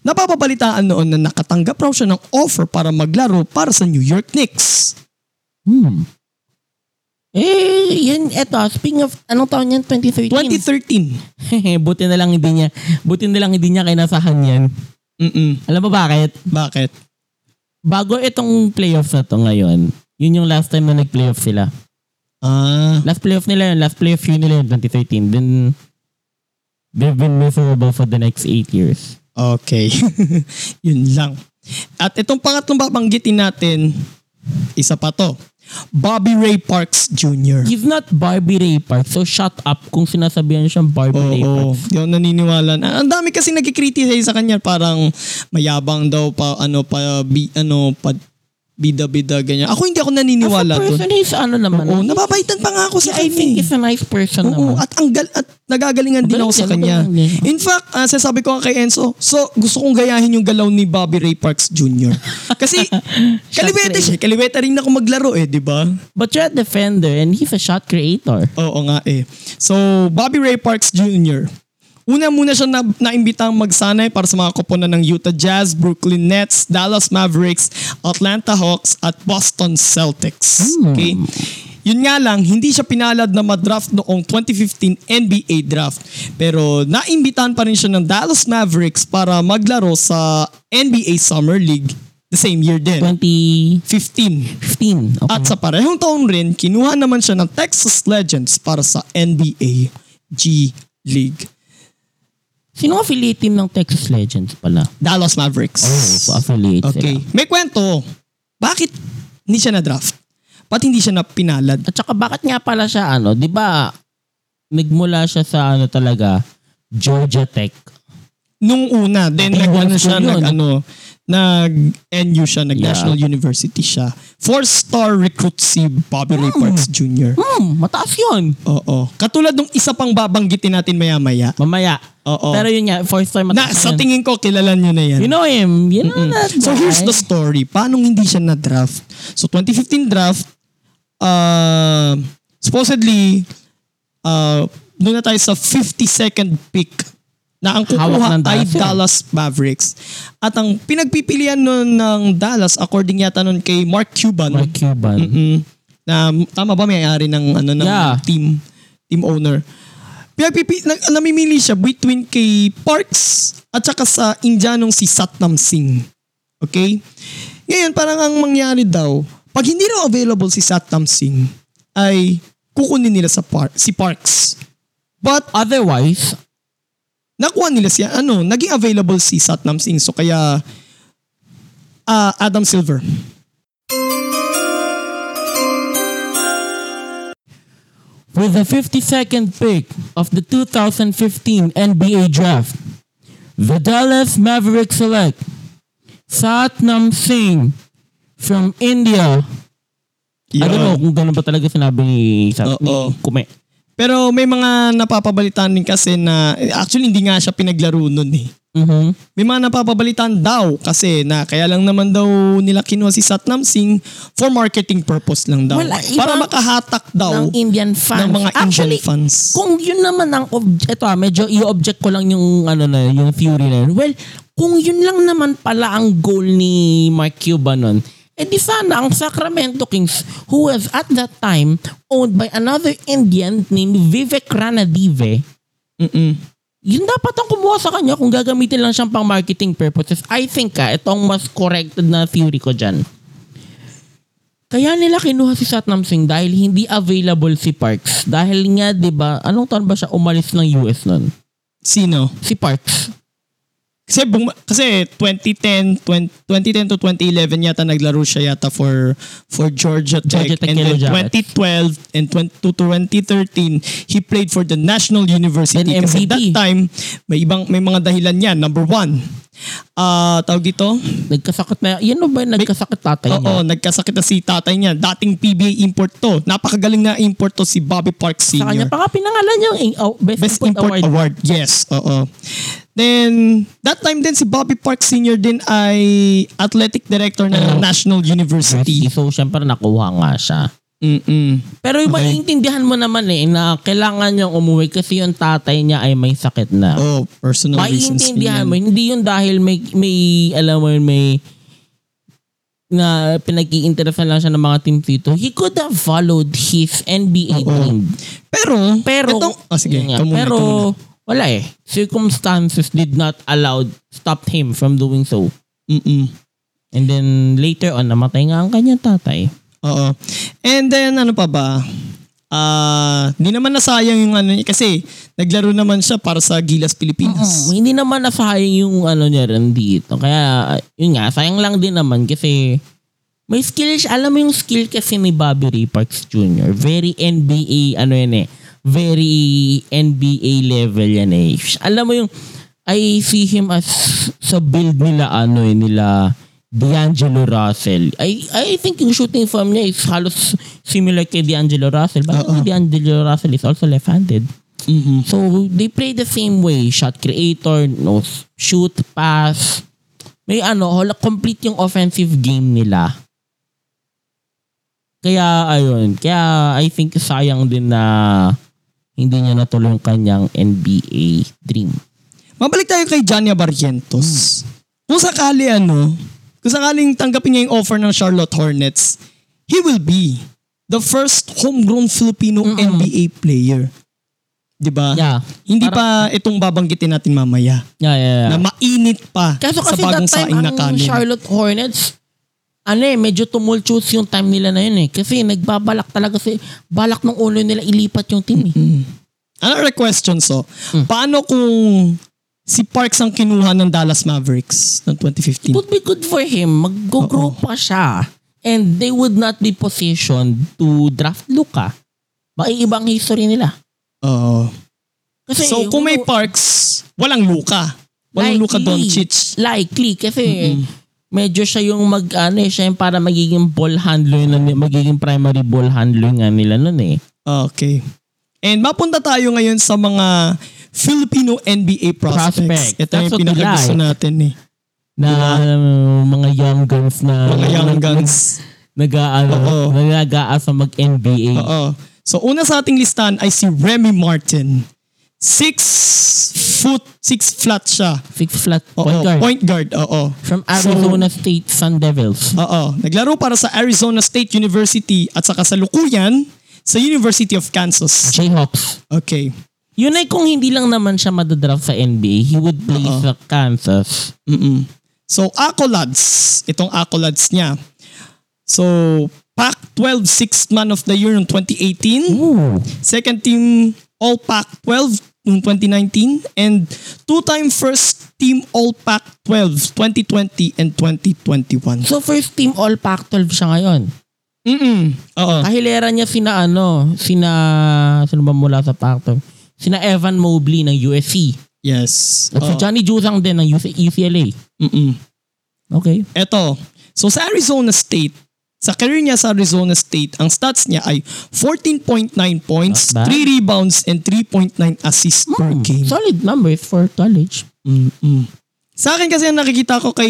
Napapabalitaan noon na nakatanggap raw siya ng offer para maglaro para sa New York Knicks. Hmm. Eh, yun, eto, speaking of, anong taon yan? 2013? 2013. <laughs> buti na lang hindi niya, buti na lang hindi niya kinasahan yan. Mm-mm. Alam mo bakit? Bakit? Bago itong playoff na to ngayon, yun yung last time na nag-playoff sila. Ah, Last playoff nila yun, last playoff yun nila yun, 2013. Then, they've been miserable for the next 8 years. okay. <laughs> Yun lang. At itong pangatlong babanggitin natin, isa pa to. Bobby Ray Parks Jr. He's not Barbie Ray Park, so shut up kung sinasabihan siyang Barbie Oo, Ray Park. di ako naniniwala. na- Ang dami kasi nagkikriticize sa kanya parang mayabang daw pa ano pa bi, ano pa bida-bida ganyan. Ako hindi ako naniniwala As a doon. person, he's ano naman. Oo, nababaitan pa nga ako sa I kanya. think eh. he's a nice person Oo, naman. at ang gal at nagagalingan din Magaling ako sa siya, kanya. magaling niya. In fact, ah, sasabi ko nga kay Enzo, so gusto kong gayahin yung galaw ni Bobby Ray Parks Jr. <laughs> Kasi kaliwete siya, kaliwete rin ako maglaro eh, di ba? But you're a defender and he's a shot creator. Oo nga eh. So, Bobby Ray Parks Jr. Una muna siya na, naimbitang magsanay para sa mga koponan ng Utah Jazz, Brooklyn Nets, Dallas Mavericks, Atlanta Hawks at Boston Celtics. Okay? Yun nga lang, hindi siya pinalad na madraft noong 2015 NBA draft. Pero naimbitahan pa rin siya ng Dallas Mavericks para maglaro sa NBA Summer League the same year din. 2015. 15. Okay. At sa parehong taon rin, kinuha naman siya ng Texas Legends para sa NBA G League. Sino affiliate team ng Texas Legends pala? Dallas Mavericks. Oh, So affiliate okay. sila. May kwento. Bakit hindi siya na-draft? Ba't hindi siya napinalad? At saka bakit nga pala siya ano, 'di ba? Nagmula siya sa ano talaga Georgia Tech. Nung una, then Ay, nag-ano high school siya, yun. nag-ano, nag-NU siya, nag-National University siya. Four-star recruit si Bobby Ray Parks Jr. Hmm, mataas 'yon. Oo. Katulad nung isa pang babanggitin natin maya-maya. Mamaya. Oo. Pero yun nga, first time Na, mataas. sa yun. tingin ko, kilala nyo na yan. you know him. You know that. So here's the story. Paano hindi siya na-draft? So 2015 draft, uh, supposedly, uh, doon na tayo sa 52nd pick na ang Hawak kukuha ay ng Dallas yun. Dallas Mavericks. At ang pinagpipilian nun ng Dallas, according yata nun kay Mark Cuban, Mark Cuban. mm, na tama ba may-ari ng, ano, ng Yeah. team, team owner, pinagpipi, nag, namimili siya between kay Parks at saka sa Indianong si Satnam Singh. Okay? Ngayon, parang ang mangyari daw, pag hindi raw available si Satnam Singh, ay kukunin nila sa par- si Parks. But Otherwise, nakuha nila siya, ano, naging available si Satnam Singh. So kaya, ah, Adam Silver. with the 52nd pick of the 2015 NBA Draft, the Dallas Mavericks select Satnam Singh from India. I don't know Yun. kung ganun ba talaga sinabi ni, Oo. sa, ni Kume. Pero may mga napapabalitan din kasi na, eh, actually hindi nga siya pinaglaro nun eh. Mhm. May mga napapabalitan daw kasi na kaya lang naman daw nila kinuha si Satnam Singh for marketing purpose lang daw. Well, ah, iba para makahatak daw ng Indian fans. ng mga Indian Actually, fans. kung yun naman ang ob- eto ah, medyo i-object ko lang yung ano na yun, yung theory na yun. Well, kung yun lang naman pala ang goal ni Mark Cuban nun, eh di sana ang Sacramento Kings who was at that time owned by another Indian named Vivek Ranadive. Mm-mm. Yun dapat ang kumuha sa kanya kung gagamitin lang siyang pang marketing purposes. I think ah, itong mas corrected na theory ko dyan. Kaya nila kinuha si Satnam Singh dahil hindi available si Parks. Dahil nga, di ba, anong taon ba siya umalis ng US nun? Sino? Si Parks. Kasi, bum- kasi 2010, 20, 2010 to 2011 yata naglaro siya yata for for Georgia Tech. Georgia and Tech Yellow then Jackets. 2012 and 20, to 2013, he played for the National University. Then Kasi MVP. that time, may, ibang, may mga dahilan yan. Number one, ah tawag dito, Nagkasakit na, yan o ba yung nagkasakit tatay niya? Oo, nagkasakit na si tatay niya. Dating PBA import to. Napakagaling na import to si Bobby Park Sr. Sa kanya pa nga pinangalan yung in- oh, Best, Best Import, Award. Yes, oo. Then, that time din si Bobby Park Sr. din ay athletic director Oh. ng National University. So, syempre nakuha nga siya. Mm-mm. Pero yung maiintindihan mo naman eh, na kailangan niyang umuwi kasi yung tatay niya ay may sakit na. Oh, personal reasons. din Maiintindihan yan. mo, hindi yun dahil may, may alam mo yun, may na pinag-iinteresan lang siya ng mga team dito. He could have followed his NBA team. Pero, Pero, Ah, Itong, oh, sige, yun nga. ikaw muna, pero, ikaw muna. wala eh. Circumstances did not allow, stopped him from doing so. Mm-mm. And then, later on, namatay nga ang kanyang tatay. Oo. And then ano pa ba? Ah, hindi naman nasayang yung ano niya kasi naglaro naman siya para sa Gilas Pilipinas. Mm, hindi naman nasayang yung ano niya rin dito. Kaya, yun nga, sayang lang din naman kasi may skill siya. Alam mo yung skill kasi ni Bobby Ray Parks Jr. Very NBA, ano yan eh. Very NBA level yan eh. Alam mo yung, I see him as sa build nila, ano eh, nila D'Angelo Russell. I I think yung shooting form niya is halos similar kay D'Angelo Russell. But D'Angelo Russell is also left-handed. Mm-hmm. So they play the same way. Shot creator, no s- shoot, pass. May ano, whole, complete yung offensive game nila. Kaya ayun, kaya I think sayang din na hindi niya natuloy yung kanyang NBA dream. Mabalik tayo kay Jania Barrientos. Hmm. Kung sakali ano, kung sakaling tanggapin niya yung offer ng Charlotte Hornets, he will be the first homegrown Filipino NBA player. 'Di ba? Yeah. Hindi pa itong babanggitin natin mamaya Yeah, yeah, yeah. na mainit pa Kaso sa kasi bagong that time, saing na ang kanin. Charlotte Hornets, ano eh, medyo tumultuous yung time nila na yun eh. Kasi nagbabalak talaga si, balak ng ulo nila ilipat yung team eh. Another question so, oh? Hmm. paano kung si Parks ang kinuha ng Dallas Mavericks noong 2015? would be good for him. Mag-grow pa siya. And they would not be positioned to draft Luka. Maiibang history nila. Oo. Kasi So kung may Parks, walang Luka. Walang Luka Doncic. Likely. Kasi medyo siya yung mag, ano eh, siya yung para magiging ball handler, na, ni- magiging primary ball handler nga nila nun eh. Okay. And mapunta tayo ngayon sa mga Filipino NBA prospects. Prospect. Ito That's yung what we pinakagusto like. natin eh. Na um, mga young guns na Mga young guns. Oo. nag-aano, nag-aasa mag-NBA. Oo. So una sa ating listahan ay si Remy Martin. Six foot, six flat siya. Six flat Oo. point guard. Point guard, oo. From So- Arizona State Sun Devils. Oo. Naglaro para sa Arizona State University at saka sa Lukuyan sa University of Kansas. Jayhawks. Okay. Yun ay kung hindi lang naman siya madadraft sa NBA, he would play sa Kansas. Mm-mm. Mm. So, accolades. Itong accolades niya. So, Pac-12 Sixth Man of the Year noong 2018. Ooh. Second team All Pac-12 noong 2019. And two-time first team All Pac-12 2020 and 2021. So first team all Pac-12 siya ngayon. Mm-mm. Oo. Kahilera niya sina ano, sina sino ba mula sa Pac-12? Sina Evan Mobley ng USC. Yes. At si Oo. Johnny Juzang din ng UC UCLA. Mm-mm. Okay. Eto. So sa Arizona State, sa career niya sa Arizona State, ang stats niya ay 14.9 points, Not bad. 3 rebounds, and 3.9 assists Hmm. per game. Solid numbers for college. Sa akin kasi ang nakikita ko kay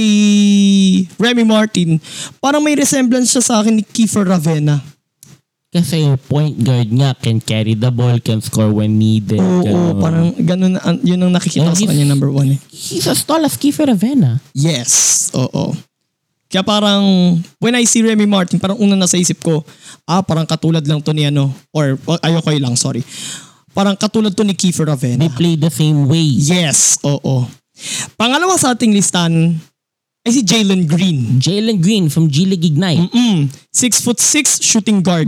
Remy Martin, parang may resemblance siya sa akin ni Kiefer Ravena. Kasi point guard nga can carry the ball, can score when needed. Oo, ganun. parang ganun, ang- yun ang nakikita ko sa kanya number one. Eh. He's as tall as Kiefer Avena. Yes, oo. Kaya parang, when I see Remy Martin, parang unang nasa isip ko, ah, parang katulad lang to ni ano, or oh, ayoko yun lang, sorry. Parang katulad to ni Kiefer Ravena. They play the same way. Yes, oo. Pangalawa sa ating listahan ay si Jalen Green. Jalen Green from G League Ignite. Mm, Hmm. 6 foot 6 shooting guard.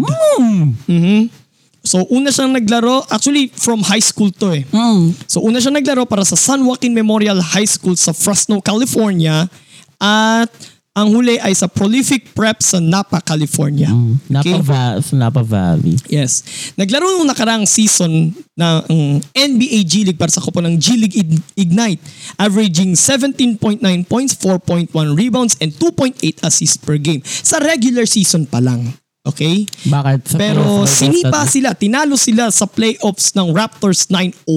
Mhm. So una siyang naglaro, actually from high school to eh. Mm. So una siyang naglaro para sa San Joaquin Memorial High School sa Fresno, California at ang huli ay sa Prolific Prep sa Napa, California. Hmm. Napa, Va- sa Napa Valley. Yes. Naglaro nung nakaraang season na ang NBA G League para sa kupo ng G League Ig- Ignite, averaging 17.9 points, 4.1 rebounds, and 2.8 assists per game. Sa regular season pa lang. Okay? Bakit? Sa Pero playoffs, sa sinipa playoffs, sila, tinalo sila sa playoffs ng Raptors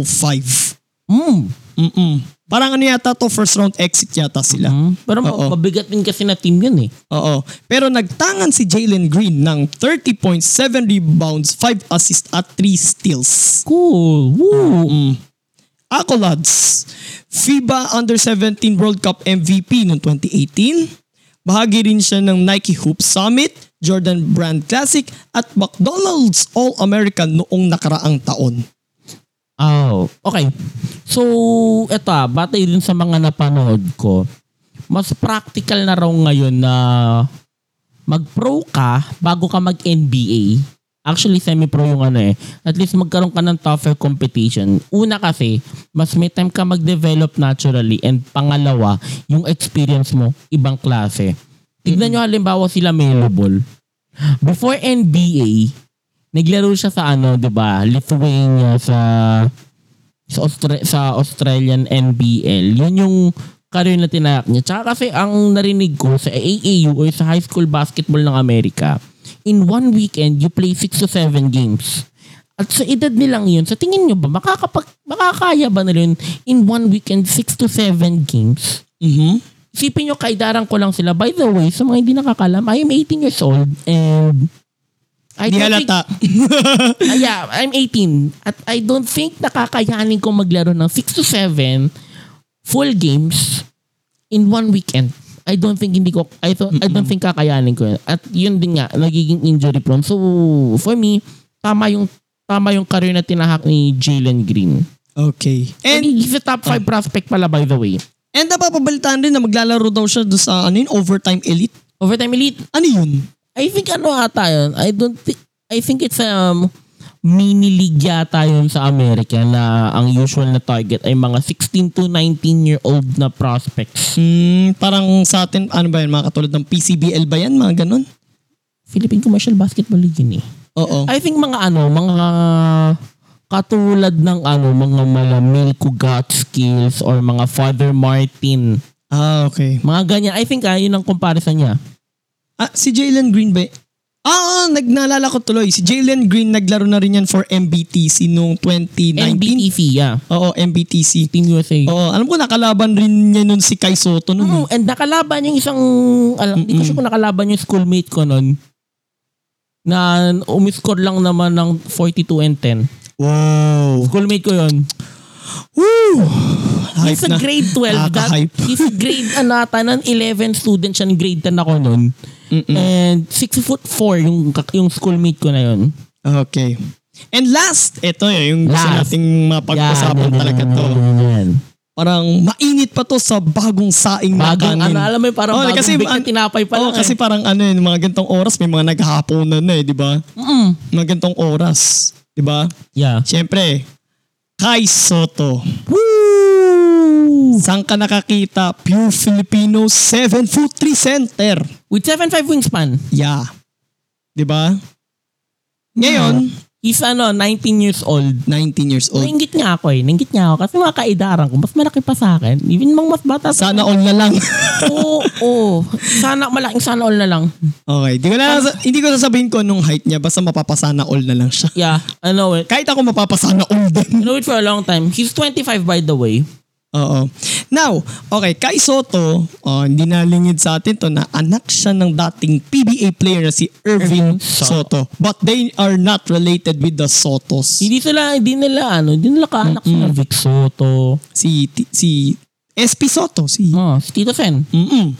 905. Mm. Mm-mm. Parang ano yata to, first round exit yata sila. Mm. Pero ma- Oo. mabigat din kasi na team yun eh. Oo. Pero nagtangan si Jalen Green ng 30.7 rebounds, 5 assists at 3 steals. Hmm. Cool. Woo. Ako lads, FIBA Under-17 World Cup MVP noong 2018. Bahagi rin siya ng Nike Hoop Summit, Jordan Brand Classic at McDonald's All-American noong nakaraang taon. Oh, okay. So, eto, ah, batay din sa mga napanood ko, mas practical na raw ngayon na mag-pro ka bago ka mag-NBA. Actually, semi-pro yung ano eh. At least magkaroon ka ng tougher competition. Una kasi, mas may time ka mag-develop naturally. And pangalawa, yung experience mo, ibang klase. Tignan nyo halimbawa sila Melo Ball. Before NBA, naglaro siya sa ano, 'di ba? Lithuania sa sa, Austra- sa Australian NBL. 'Yun yung career na tinayak niya. Tsaka kasi ang narinig ko sa AAU or sa High School Basketball ng Amerika, in one weekend, you play 6 to 7 games. At sa edad nilang yun, sa tingin nyo ba, makakapag, makakaya ba nila yun in one weekend, 6 to 7 games? Mhm. Isipin nyo, kaidaran ko lang sila. By the way, sa mga hindi nakakalam, I am 18 years old and... I Di don't think- halata. Ah, yeah, I'm 18. At I don't think nakakayanin ko maglaro ng 6 to 7 full games in one weekend. I don't think hindi ko I don't, I don't think kakayanin ko. yun. At yun din nga nagiging injury prone. So for me, tama yung tama yung career na tinahak ni Jalen Green. <laughs> Okay. And And, he's a top 5 prospect pala by the way. and napapabalitaan rin na maglalaro daw siya doon sa ano yun, overtime elite. Overtime elite. Ano yun? I think ano ata yun? I don't think I think it's um mini league yata yun sa Amerika na ang usual na target ay mga 16 to 19 year old na prospects. Mm, parang sa atin, ano ba yan, mga katulad ng PCBL ba yan, mga ganun? Philippine Commercial Basketball League yun eh. Oo. I think mga ano, mga katulad ng ano, mga malamil Kugat skills or mga Father Martin. Ah, okay. Mga ganyan. I think ah, yun ang comparison niya. Ah, si Jalen Green ba? Ah, ah, nagnalala ko tuloy. Si Jalen Green naglaro na rin yan for MBTC noong 2019. NBTC, yeah. Oo, MBTC. Team USA. Oo, alam ko nakalaban rin niya nun si Kai Soto Mm, nun. eh. and nakalaban yung isang, alam, hindi ko sure kung nakalaban yung schoolmate ko nun, na umiscore lang naman ng 42 and 10. Wow. Schoolmate ko yun. Woo! He's Hype a na. grade 12. That, Nakaka-hype. he's a grade ah, anata ng 11 student siya. Grade 10 ako nun. And 6 foot 4 yung, kak- yung schoolmate ko na yun. Okay. And last, ito yung gusto Last. nating mapag-usapan talaga to. Yan. Parang mainit pa to sa bagong saing na Bagong, kanin. ano, alam mo yun, parang Oo, bagong kasi bake na an- tinapay pa Oo, lang kasi eh. parang ano yun, mga gantong oras, may mga naghahaponan na eh, di ba? Mm. Mga gantong oras, di ba? Yeah. Siyempre, Kai Soto. Woo! Saan ka nakakita? Pure Filipino 7 foot 3 center. With 7'5 wingspan. Yeah. Di ba? Ngayon, He's ano, 19 years old. 19 years old. Nainggit niya ako eh. Nainggit niya ako kasi mga kaidaran ko, mas malaki pa sa akin. Even mang mas bata sa Sana all na lang. <laughs> <laughs> Oo, oo. Sana, malaking sana all na lang. okay, di ko na, hindi ko sasabihin ko nung height niya, basta mapapasana all na lang siya. <laughs> Yeah, I know it. Kahit ako mapapasana all din. <laughs> I know it for a long time. He's 25 by the way. Oo. Now, okay, kay Soto, oh, hindi nalingid sa atin to na anak siya ng dating PBA player na si Irving Soto. But they are not related with the Sotos. Hindi sila, hindi nila ano, hindi nila kaanak sila. Vic Soto. Si, ti- si SP Soto, si... Oh, si Tito Sen. Mm-mm.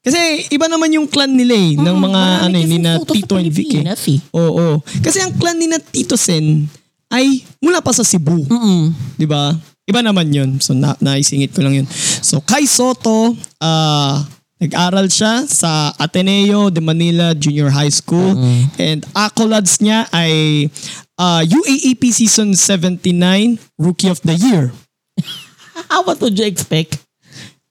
Kasi iba naman yung clan nila eh, ng mga Mm, Ah, Marami ano eh, ni kasing na Soto sa Tito and Vic eh. Pilipinas eh. Oo, Kasi ang clan ni na Tito Sen ay mula pa sa Cebu. Mm-mm. Di ba? Iba naman yun. So, na naisingit ko lang yun. So, Kai Soto, ah, nag-aral siya sa Ateneo de Manila Junior High School. And accolades niya ay uh, UAAP Season 79, Rookie of the Year. Ah, what would you expect?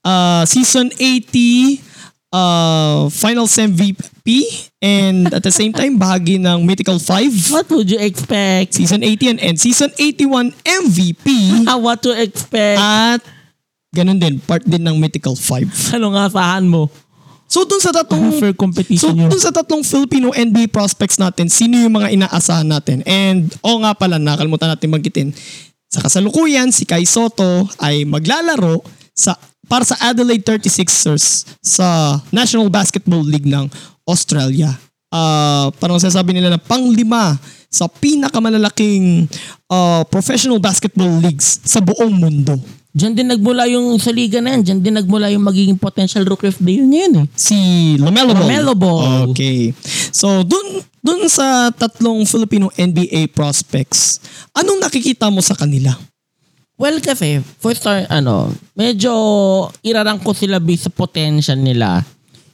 Uh, season 80, uh, Finals MVP, and at the same time, bahagi ng Mythical 5. What would you expect? Season 80 yan, and Season 81 MVP. Ah, what to expect? At ganun din, part din ng Mythical 5. ano nga saan mo? So dun sa tatlong Fair competition So, yun. dun sa tatlong Filipino NBA prospects natin, sino yung mga inaasahan natin? And, o nga pala, nakalimutan natin magkitin. Sa kasalukuyan, si Kai Soto ay maglalaro sa para sa Adelaide 36ers sa National Basketball League ng Australia. Ah, parang sasabi nila na panglima sa pinakamalalaking ah, professional basketball leagues sa buong mundo. Diyan din nagmula yung sa liga na yan. Diyan din nagmula yung magiging potential rookie of the year ngayon eh. si Lomelo Ball. Lomelo Ball. Okay. So, dun, dun sa tatlong Filipino NBA prospects, anong nakikita mo sa kanila? Well, kasi, first start, ano, medyo irarang ko sila based sa potential nila.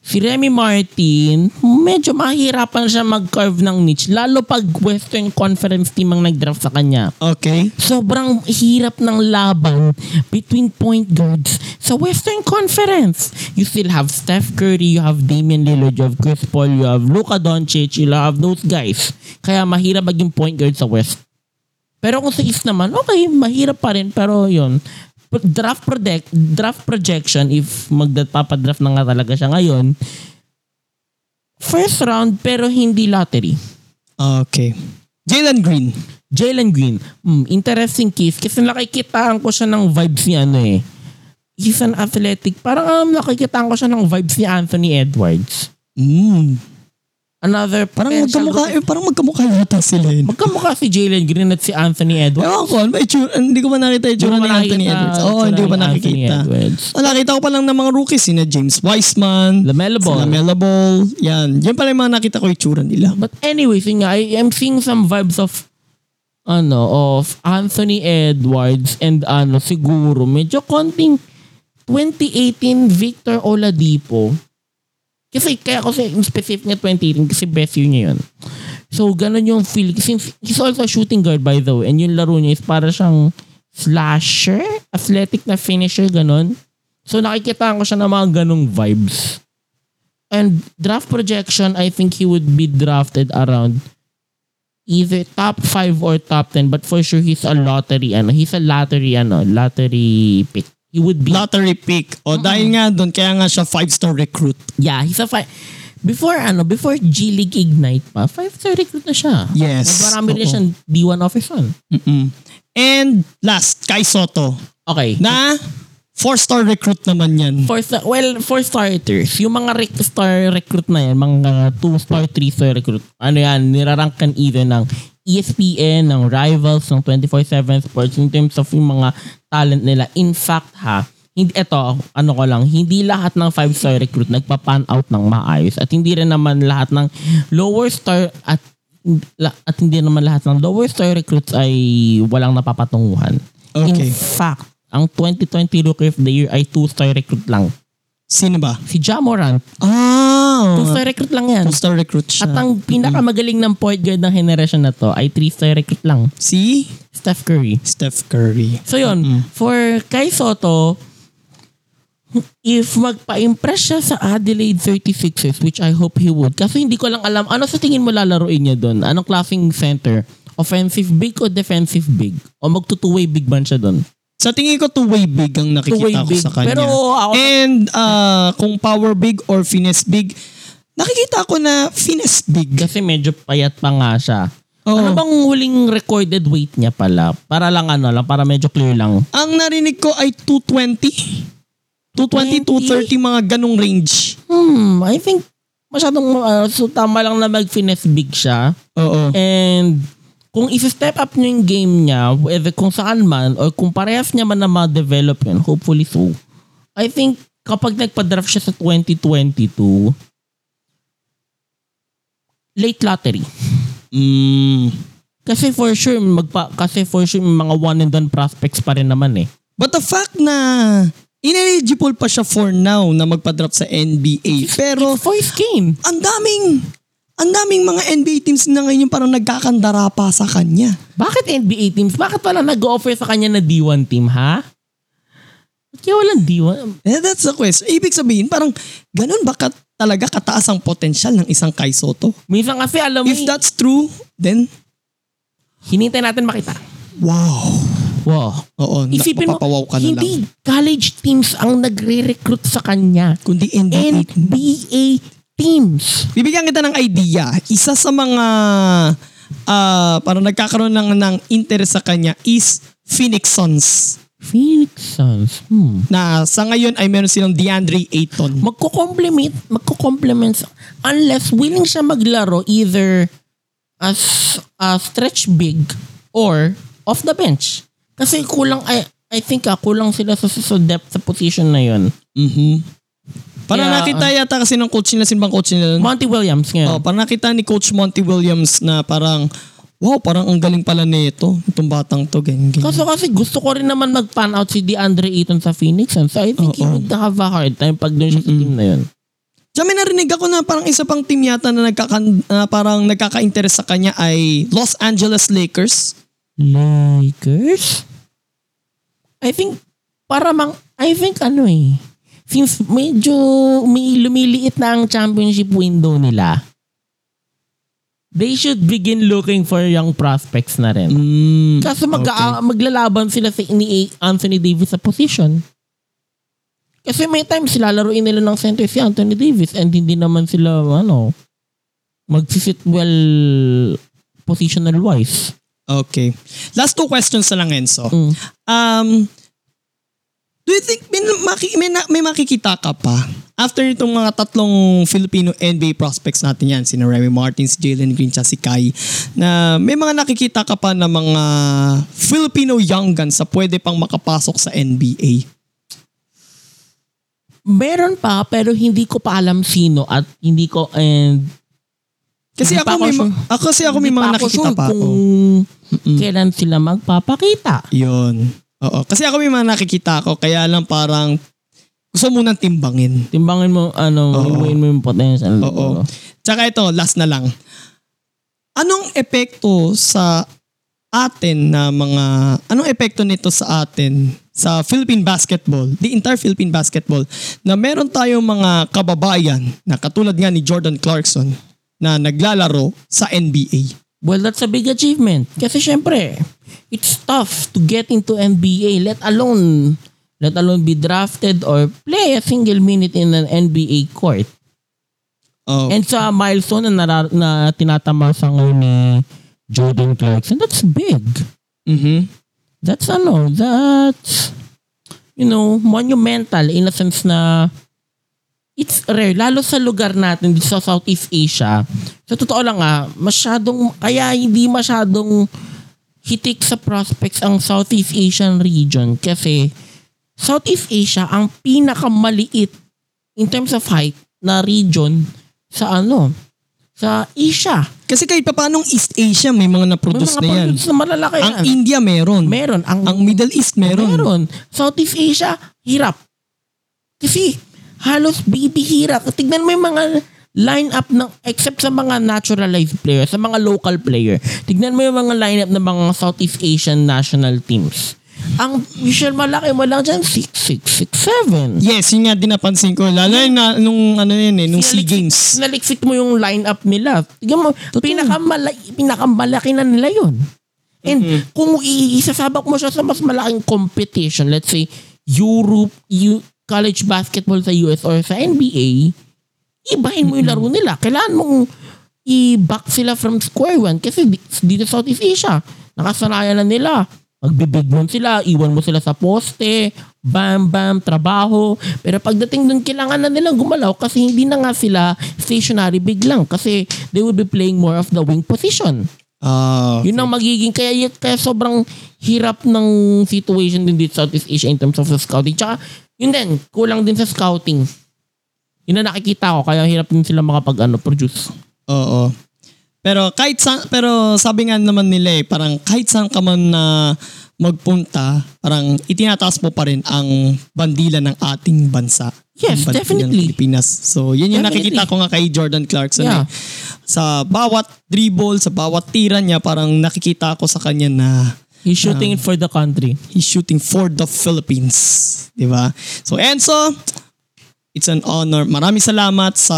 Si Remy Martin, medyo mahirapan siya mag-carve ng niche. Lalo pag Western Conference team ang nag-draft sa kanya. Okay. Sobrang hirap ng laban between point guards sa Western Conference. You still have Steph Curry, you have Damian Lillard, you have Chris Paul, you have Luka Doncic, you have those guys. Kaya mahirap maging point guard sa West. Pero kung sa East naman, okay, mahirap pa rin. Pero yun, P- draft project draft projection if magpapadraft na nga talaga siya ngayon first round pero hindi lottery Okay. Jalen Green. Jalen Green mm, interesting case kasi nakikitaan ko siya ng vibes ni ano eh he's an athletic parang um, nakikitaan ko siya ng vibes ni Anthony Edwards Mm. another Parang potential magkamukha, eh, parang magkamukha yata sila yun. magkamukha si Jalen Green at si Anthony Edwards Ewan ko, ano ba itsura- hindi ko ba nakita yung tsura ni Hindi mo Anthony nakikita Edwards? yung Oo, tsura hindi ko ba ni Anthony nakikita? Edwards. Ah, nakita ko pa lang ng mga rookies, sina James Wiseman, Lamelo si Ball. Lamelo Ball, yan. Yan pala yung mga nakita ko yung tsura nila. But anyways, yun nga, I am seeing some vibes of ano, of Anthony Edwards and ano, siguro medyo konting 2018 Victor Oladipo. Kasi kaya ko sa specific na 2018 kasi best year niya yun. So, ganun yung feel. Since he's also a shooting guard by the way. And yung laro niya is para siyang slasher, athletic na finisher, ganun. So, nakikita ko siya ng mga ganung vibes. And draft projection, I think he would be drafted around either top 5 or top 10. But for sure, he's a lottery, ano. He's a lottery, ano, lottery pick. He would be, Lottery pick. O dahil nga doon, kaya nga siya five-star recruit. yeah, he's a five. Before, ano, before G League Ignite pa, 5-star recruit na siya. Yes. Marami rin Oo. siyang D1 officer. Mm. And last, Kai Soto Okay. na four-star recruit naman yan. For sta- well, for starters, yung mga rec- star recruit na yan, mga 2-star, 3-star recruit, ano yan, nirarankan either ng E ESPN, ng Rivals, ng 24-7 Sports in terms of yung mga talent nila. In fact, ha, hindi, eto, ano ko lang, hindi lahat ng 5-star recruit nagpa-pan out ng maayos at hindi rin naman lahat ng lower star at la- at hindi naman lahat ng lower star recruits ay walang napapatunguhan. Okay. In fact, ang 2020 Rookie of the Year ay two-star recruit lang. Sino ba? Si Jamoran, Ah! two-star recruit lang yan. Two-star recruit siya. Oh. At ang pinakamagaling ng point guard ng generation na to ay three-star recruit lang. si Steph Curry. Steph Curry. So yun, for Kai Soto, if magpa-impress siya sa Adelaide 36ers, which I hope he would, kasi hindi ko lang alam, ano sa tingin mo lalaroin niya doon? Anong klaseng center? Offensive big o defensive big? O magtutuway big man siya doon? Sa tingin ko, two-way big ang Two-way nakikita ko big. Eh, sa kanya. Pero ako- And ah, kung power big or finesse big, nakikita ko na finesse big. Oh. Kasi medyo payat pa nga siya. Oo. Ano bang huling recorded weight niya pala? Para lang ano lang, para medyo clear lang. Ang narinig ko ay 220. 220, 230, mga ganong range. Hmm, I think masyadong uh, so tama lang na mag-finesse big siya. Oo. And kung i-step up niya yung game niya, whether kung saan man, or kung parehas niya man na ma-develop yun, hopefully so, I think kapag nagpa-draft siya sa 2022, late lottery. Mm. Kasi for sure, magpa, kasi for sure, may mga one and done prospects pa rin naman eh. But the fact na ineligible pa siya for now na magpa-drop sa NBA. Pero First game. ang daming ang daming mga NBA teams na ngayon yung parang nagkakandara pa sa kanya. Bakit NBA teams? Bakit wala nag-offer sa kanya na D1 team, ha? Ba't kaya walang D1? Eh, that's the question. Ibig sabihin, parang ganun ba ka- talaga kataas ang potensyal ng isang Kai Soto? Minsan kasi alam mo, If that's true, then hinintay natin makita. wow. Wow. Oo, Isipin mo, napapawaw ka na lang. hindi college teams ang nagre-recruit sa kanya. Kundi NBA. NBA teams. Bibigyan kita ng idea. Isa sa mga ah parang nagkakaroon ng, ng interest sa kanya is Phoenix Suns. Phoenix Suns. Hmm. Na sa ngayon ay meron silang DeAndre Ayton. Magko-complement, magko-complement sa- unless willing siya maglaro either as a stretch big or off the bench. Kasi kulang, I, I think ah, kulang sila sa, sa depth sa position na yun. Parang Kaya, nakita yata kasi ng coach nila, sinbang coach nila. nun. Monty Williams Oh, ngayon. parang nakita ni Coach Monty Williams na parang, wow, parang ang galing pala nito. Itong batang to, ganyan, ganyan. Kaso kasi gusto ko rin naman mag-pan out si DeAndre Ayton sa Phoenix. And so I think he Oo. would have a hard time pag doon siya sa team na yun. Diyan may narinig ako na parang isa pang team yata na nagkaka, na parang nagkaka-interest sa kanya ay Los Angeles Lakers. Lakers? I think, para mang, I think ano eh, since medyo may lumiliit na ang championship window nila, they should begin looking for young prospects na rin. Mm. Kaso mag, ah, maglalaban sila sa ini Anthony Davis sa position. Kasi may times lalaruin nila ng center si Anthony Davis and hindi naman sila ano magsisit well positional wise. Okay. Last two questions na lang, Enzo. Mm. Um, do you think may, maki- may, na- may makikita ka pa after itong mga tatlong Filipino NBA prospects natin yan, si Remy Martins, Jalen Green, tsaka si Kai, na may mga nakikita ka pa na mga Filipino young guns sa pwede pang makapasok sa NBA? Meron pa pero hindi ko pa alam sino at hindi ko and Kasi ako, Hindi pa ako may, sure. ma- ako, kasi ako may hindi mga pa ako nakikita sure pa. kung oo. kailan sila magpapakita. Yun. Oo. Kasi ako may mga nakikita ako, kaya lang parang gusto munang timbangin. Timbangin mo ano, inuin mo yung potential. Oo. Oo. Tsaka ito, last na lang. Anong epekto sa atin na mga, anong epekto nito sa atin sa Philippine basketball, the entire Philippine basketball, na meron tayong mga kababayan na katulad nga ni Jordan Clarkson na naglalaro sa NBA. Well, that's a big achievement. Kasi syempre, it's tough to get into NBA, let alone let alone be drafted or play a single minute in an NBA court. Oh, And sa milestone na, nara- na tinatamasa ngayon ni Jordan Clarkson, that's big. mhm. Mm-hmm. That's ano, that's, you know, monumental in a sense na it's rare, lalo sa lugar natin dito sa Southeast Asia. Sa totoo lang ah, masyadong, kaya hindi masyadong hitik sa prospects ang Southeast Asian region kasi Southeast Asia ang pinakamaliit in terms of height na region sa ano, sa Asia. Kasi kahit pa paanong East Asia, may mga May na-produce mga na yan. province na malalaki Ang yan. India meron. meron. Ang, Ang Middle East meron. Meron. Southeast Asia, E hirap. Kasi halos bibihira. Tignan mo yung mga lineup ng except sa mga naturalized player, sa mga local player. Tignan mo yung mga lineup ng mga Southeast Asian national teams. Ang usual malaki mo lang dyan, 6, 6, 6, 7. Yes, yun nga din napansin ko. Lalo yun na, nung ano yun eh, nung SEA Games. Naliksik mo yung lineup nila. Tignan mo, pinakamala- pinakamalaki na nila yun. And kung iisasabak mo siya sa mas malaking competition, let's say, Europe, U- college basketball sa US or sa NBA, ibahin mo yung laro nila. Kailangan mong i-back sila from square one kasi di- dito sa Southeast Asia, nakasanayan na nila. Magbibigmon sila, iwan mo sila sa poste, bam-bam, trabaho. Pero pagdating dun, kailangan na nilang gumalaw kasi hindi na nga sila stationary biglang kasi they will be playing more of the wing position. Ah, Yun ang magiging, kaya, yun- kaya sobrang hirap ng situation din dito sa Southeast Asia in terms of the scouting. Tsaka, yun din, kulang din sa scouting. Yun ang nakikita ko, kaya hirap din sila makapag ano, produce. oo. Pero kahit sa pero sabi nga naman nila eh, parang kahit saan ka man na magpunta, parang itinataas mo pa rin ang bandila ng ating bansa. Ang bandila Yes, ng definitely. Pilipinas. So, yun yung Definitely. nakikita ko nga kay Jordan Clarkson eh. Yeah. sa bawat dribble, sa bawat tira niya, parang nakikita ko sa kanya na He's shooting it for the country. he's shooting for the Philippines. Di ba? So Enzo, it's an honor. Maraming salamat sa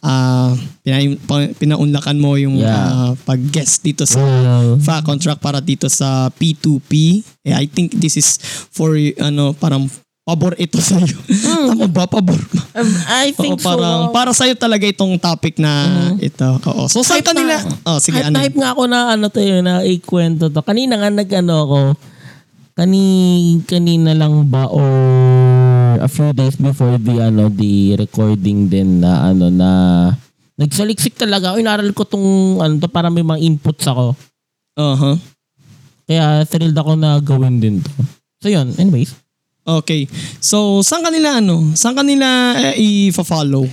ah, pina- pa- pinaunlakan mo yung Yeah. ah, pag-guest dito sa Well, fa contract para dito sa P2P. Eh, I think this is for ano parang pabor ito sa iyo. Tama ba pabor? Um, I Oo, Hmm. think parang so. Mm-hmm. para sa iyo talaga itong topic na ito. Oo. So sa Hype nila. na. Oh, sige Hy- ano. Hype nga ako na ano to yun, na ikwento to. Kanina nga nag-ano ako, kani, kanina lang ba or a few days before the ano the recording din na ano na nagsaliksik talaga. O, inaral ko tong ano to para may mga inputs ako. Uh-huh. Kaya thrilled ako na gawin din to. So yun, anyways. Okay. So saan kanila ano? Saan kanila eh, i-follow?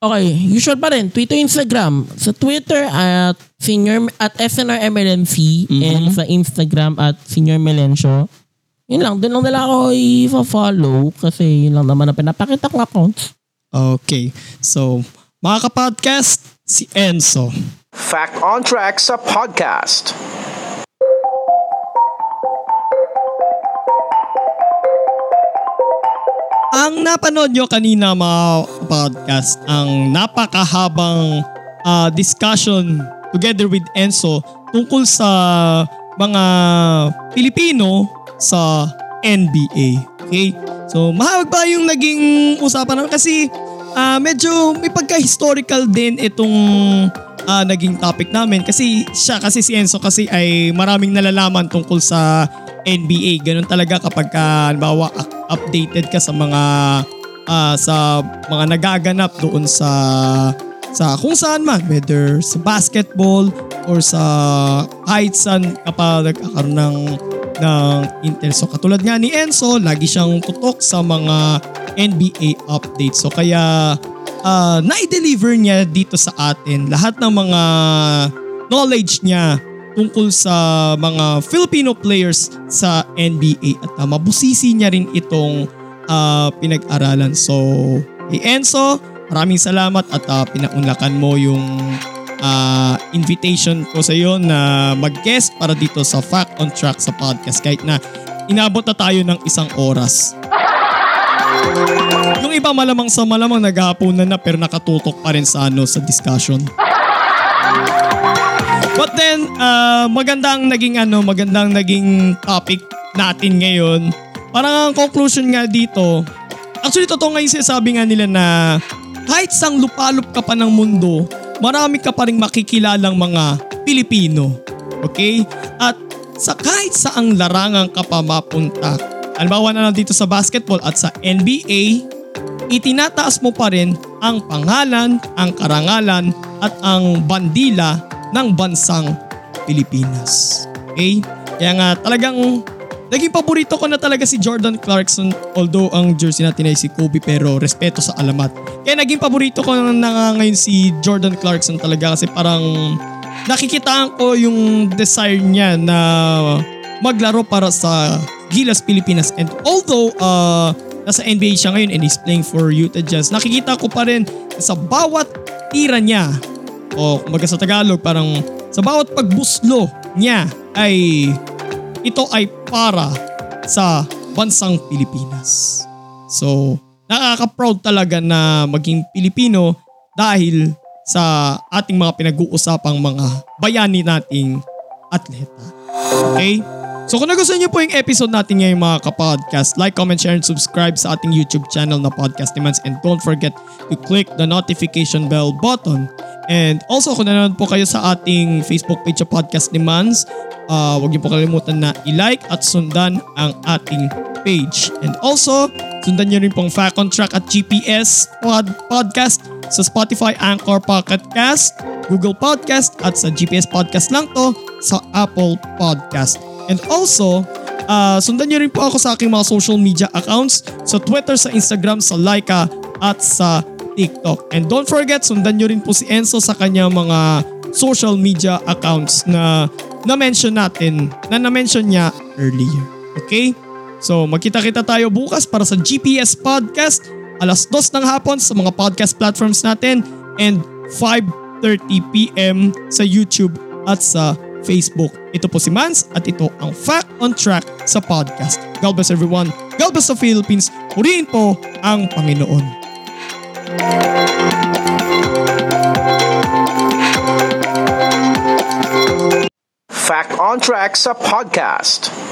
Okay, usual pa rin. Twitter, Instagram. Sa Twitter at senior at SNR MLMC and sa Instagram at senior Melencio. Yun lang, doon lang nila ako i-follow kasi yun lang naman ang pinapakita kong accounts. Okay. So mga kapodcast, si Enzo. Fact on Track sa podcast. Ang napanood nyo kanina mga podcast, ang napakahabang ah, discussion together with Enzo tungkol sa mga Pilipino sa NBA. Okay? So mahawag ba yung naging usapan namin kasi ah, medyo may pagka-historical din itong ah, naging topic namin kasi siya kasi si Enzo kasi ay maraming nalalaman tungkol sa NBA. Ganun talaga kapag ka, halimbawa, ak- updated ka sa mga ah, sa mga nagaganap doon sa sa kung saan man, whether sa basketball or sa kahit saan kapag nagkakaroon ng ng interest. So katulad nga ni Enzo, lagi siyang tutok sa mga NBA updates. So kaya ah, na-deliver niya dito sa atin lahat ng mga knowledge niya tungkol sa mga Filipino players sa NBA at uh, mabusisi niya rin itong ah, pinag-aralan. So, kay Enzo, maraming salamat at ah, pinaunlakan mo yung ah, invitation ko sa iyo na mag-guest para dito sa Fact on Track sa podcast kahit na inabot na tayo ng isang oras. Yung iba malamang sa malamang naghahaponan na pero nakatutok pa rin sa ano sa discussion. But then, uh, magandang naging ano, magandang naging topic natin ngayon. Parang ang conclusion nga dito, actually totoo nga yung sinasabi nga nila na kahit sang lupalop ka pa ng mundo, marami ka pa rin makikilalang mga Pilipino. Okay? At sa kahit saang larangan ka pa mapunta, halimbawa na lang dito sa basketball at sa NBA, itinataas mo pa rin ang pangalan, ang karangalan at ang bandila ng bansang Pilipinas. Okay? Kaya nga talagang naging paborito ko na talaga si Jordan Clarkson although ang jersey natin ay si Kobe pero respeto sa alamat. Kaya naging paborito ko na nga ngayon si Jordan Clarkson talaga kasi parang nakikitaan ko yung desire niya na maglaro para sa Gilas Pilipinas and although uh, nasa NBA siya ngayon and he's playing for Utah Jazz, nakikita ko pa rin sa bawat tira niya o kumbaga sa Tagalog parang sa bawat pagbuslo niya ay ito ay para sa bansang Pilipinas. So, nakaka-proud talaga na maging Pilipino dahil sa ating mga pinag-uusapang mga bayani nating atleta. Okay? So kung nagustuhan niyo po yung episode natin ngayon mga kapodcast, like, comment, share, and subscribe sa ating YouTube channel na Podcast Demands and don't forget to click the notification bell button. And also kung nanonood po kayo sa ating Facebook page sa Podcast Demands, uh, huwag niyo po kalimutan na i-like at sundan ang ating page. And also, sundan niyo rin pong Fact on Track at GPS pod- Podcast sa Spotify Anchor Pocket Cast, Google Podcast at sa GPS Podcast lang to sa Apple Podcast. And also, ah, sundan niyo rin po ako sa aking mga social media accounts sa Twitter, sa Instagram, sa Laika at sa TikTok. And don't forget, sundan niyo rin po si Enzo sa kanyang mga social media accounts na na-mention natin, na na-mention niya earlier. Okay? So magkita-kita tayo bukas para sa GPS Podcast, alas dos ng hapon sa mga podcast platforms natin and 5 8.30pm sa YouTube at sa Facebook. Ito po si Mans at ito ang Fact on Track sa podcast. God bless everyone. God bless the Philippines. Purihin po ang Panginoon. Fact on Track sa podcast.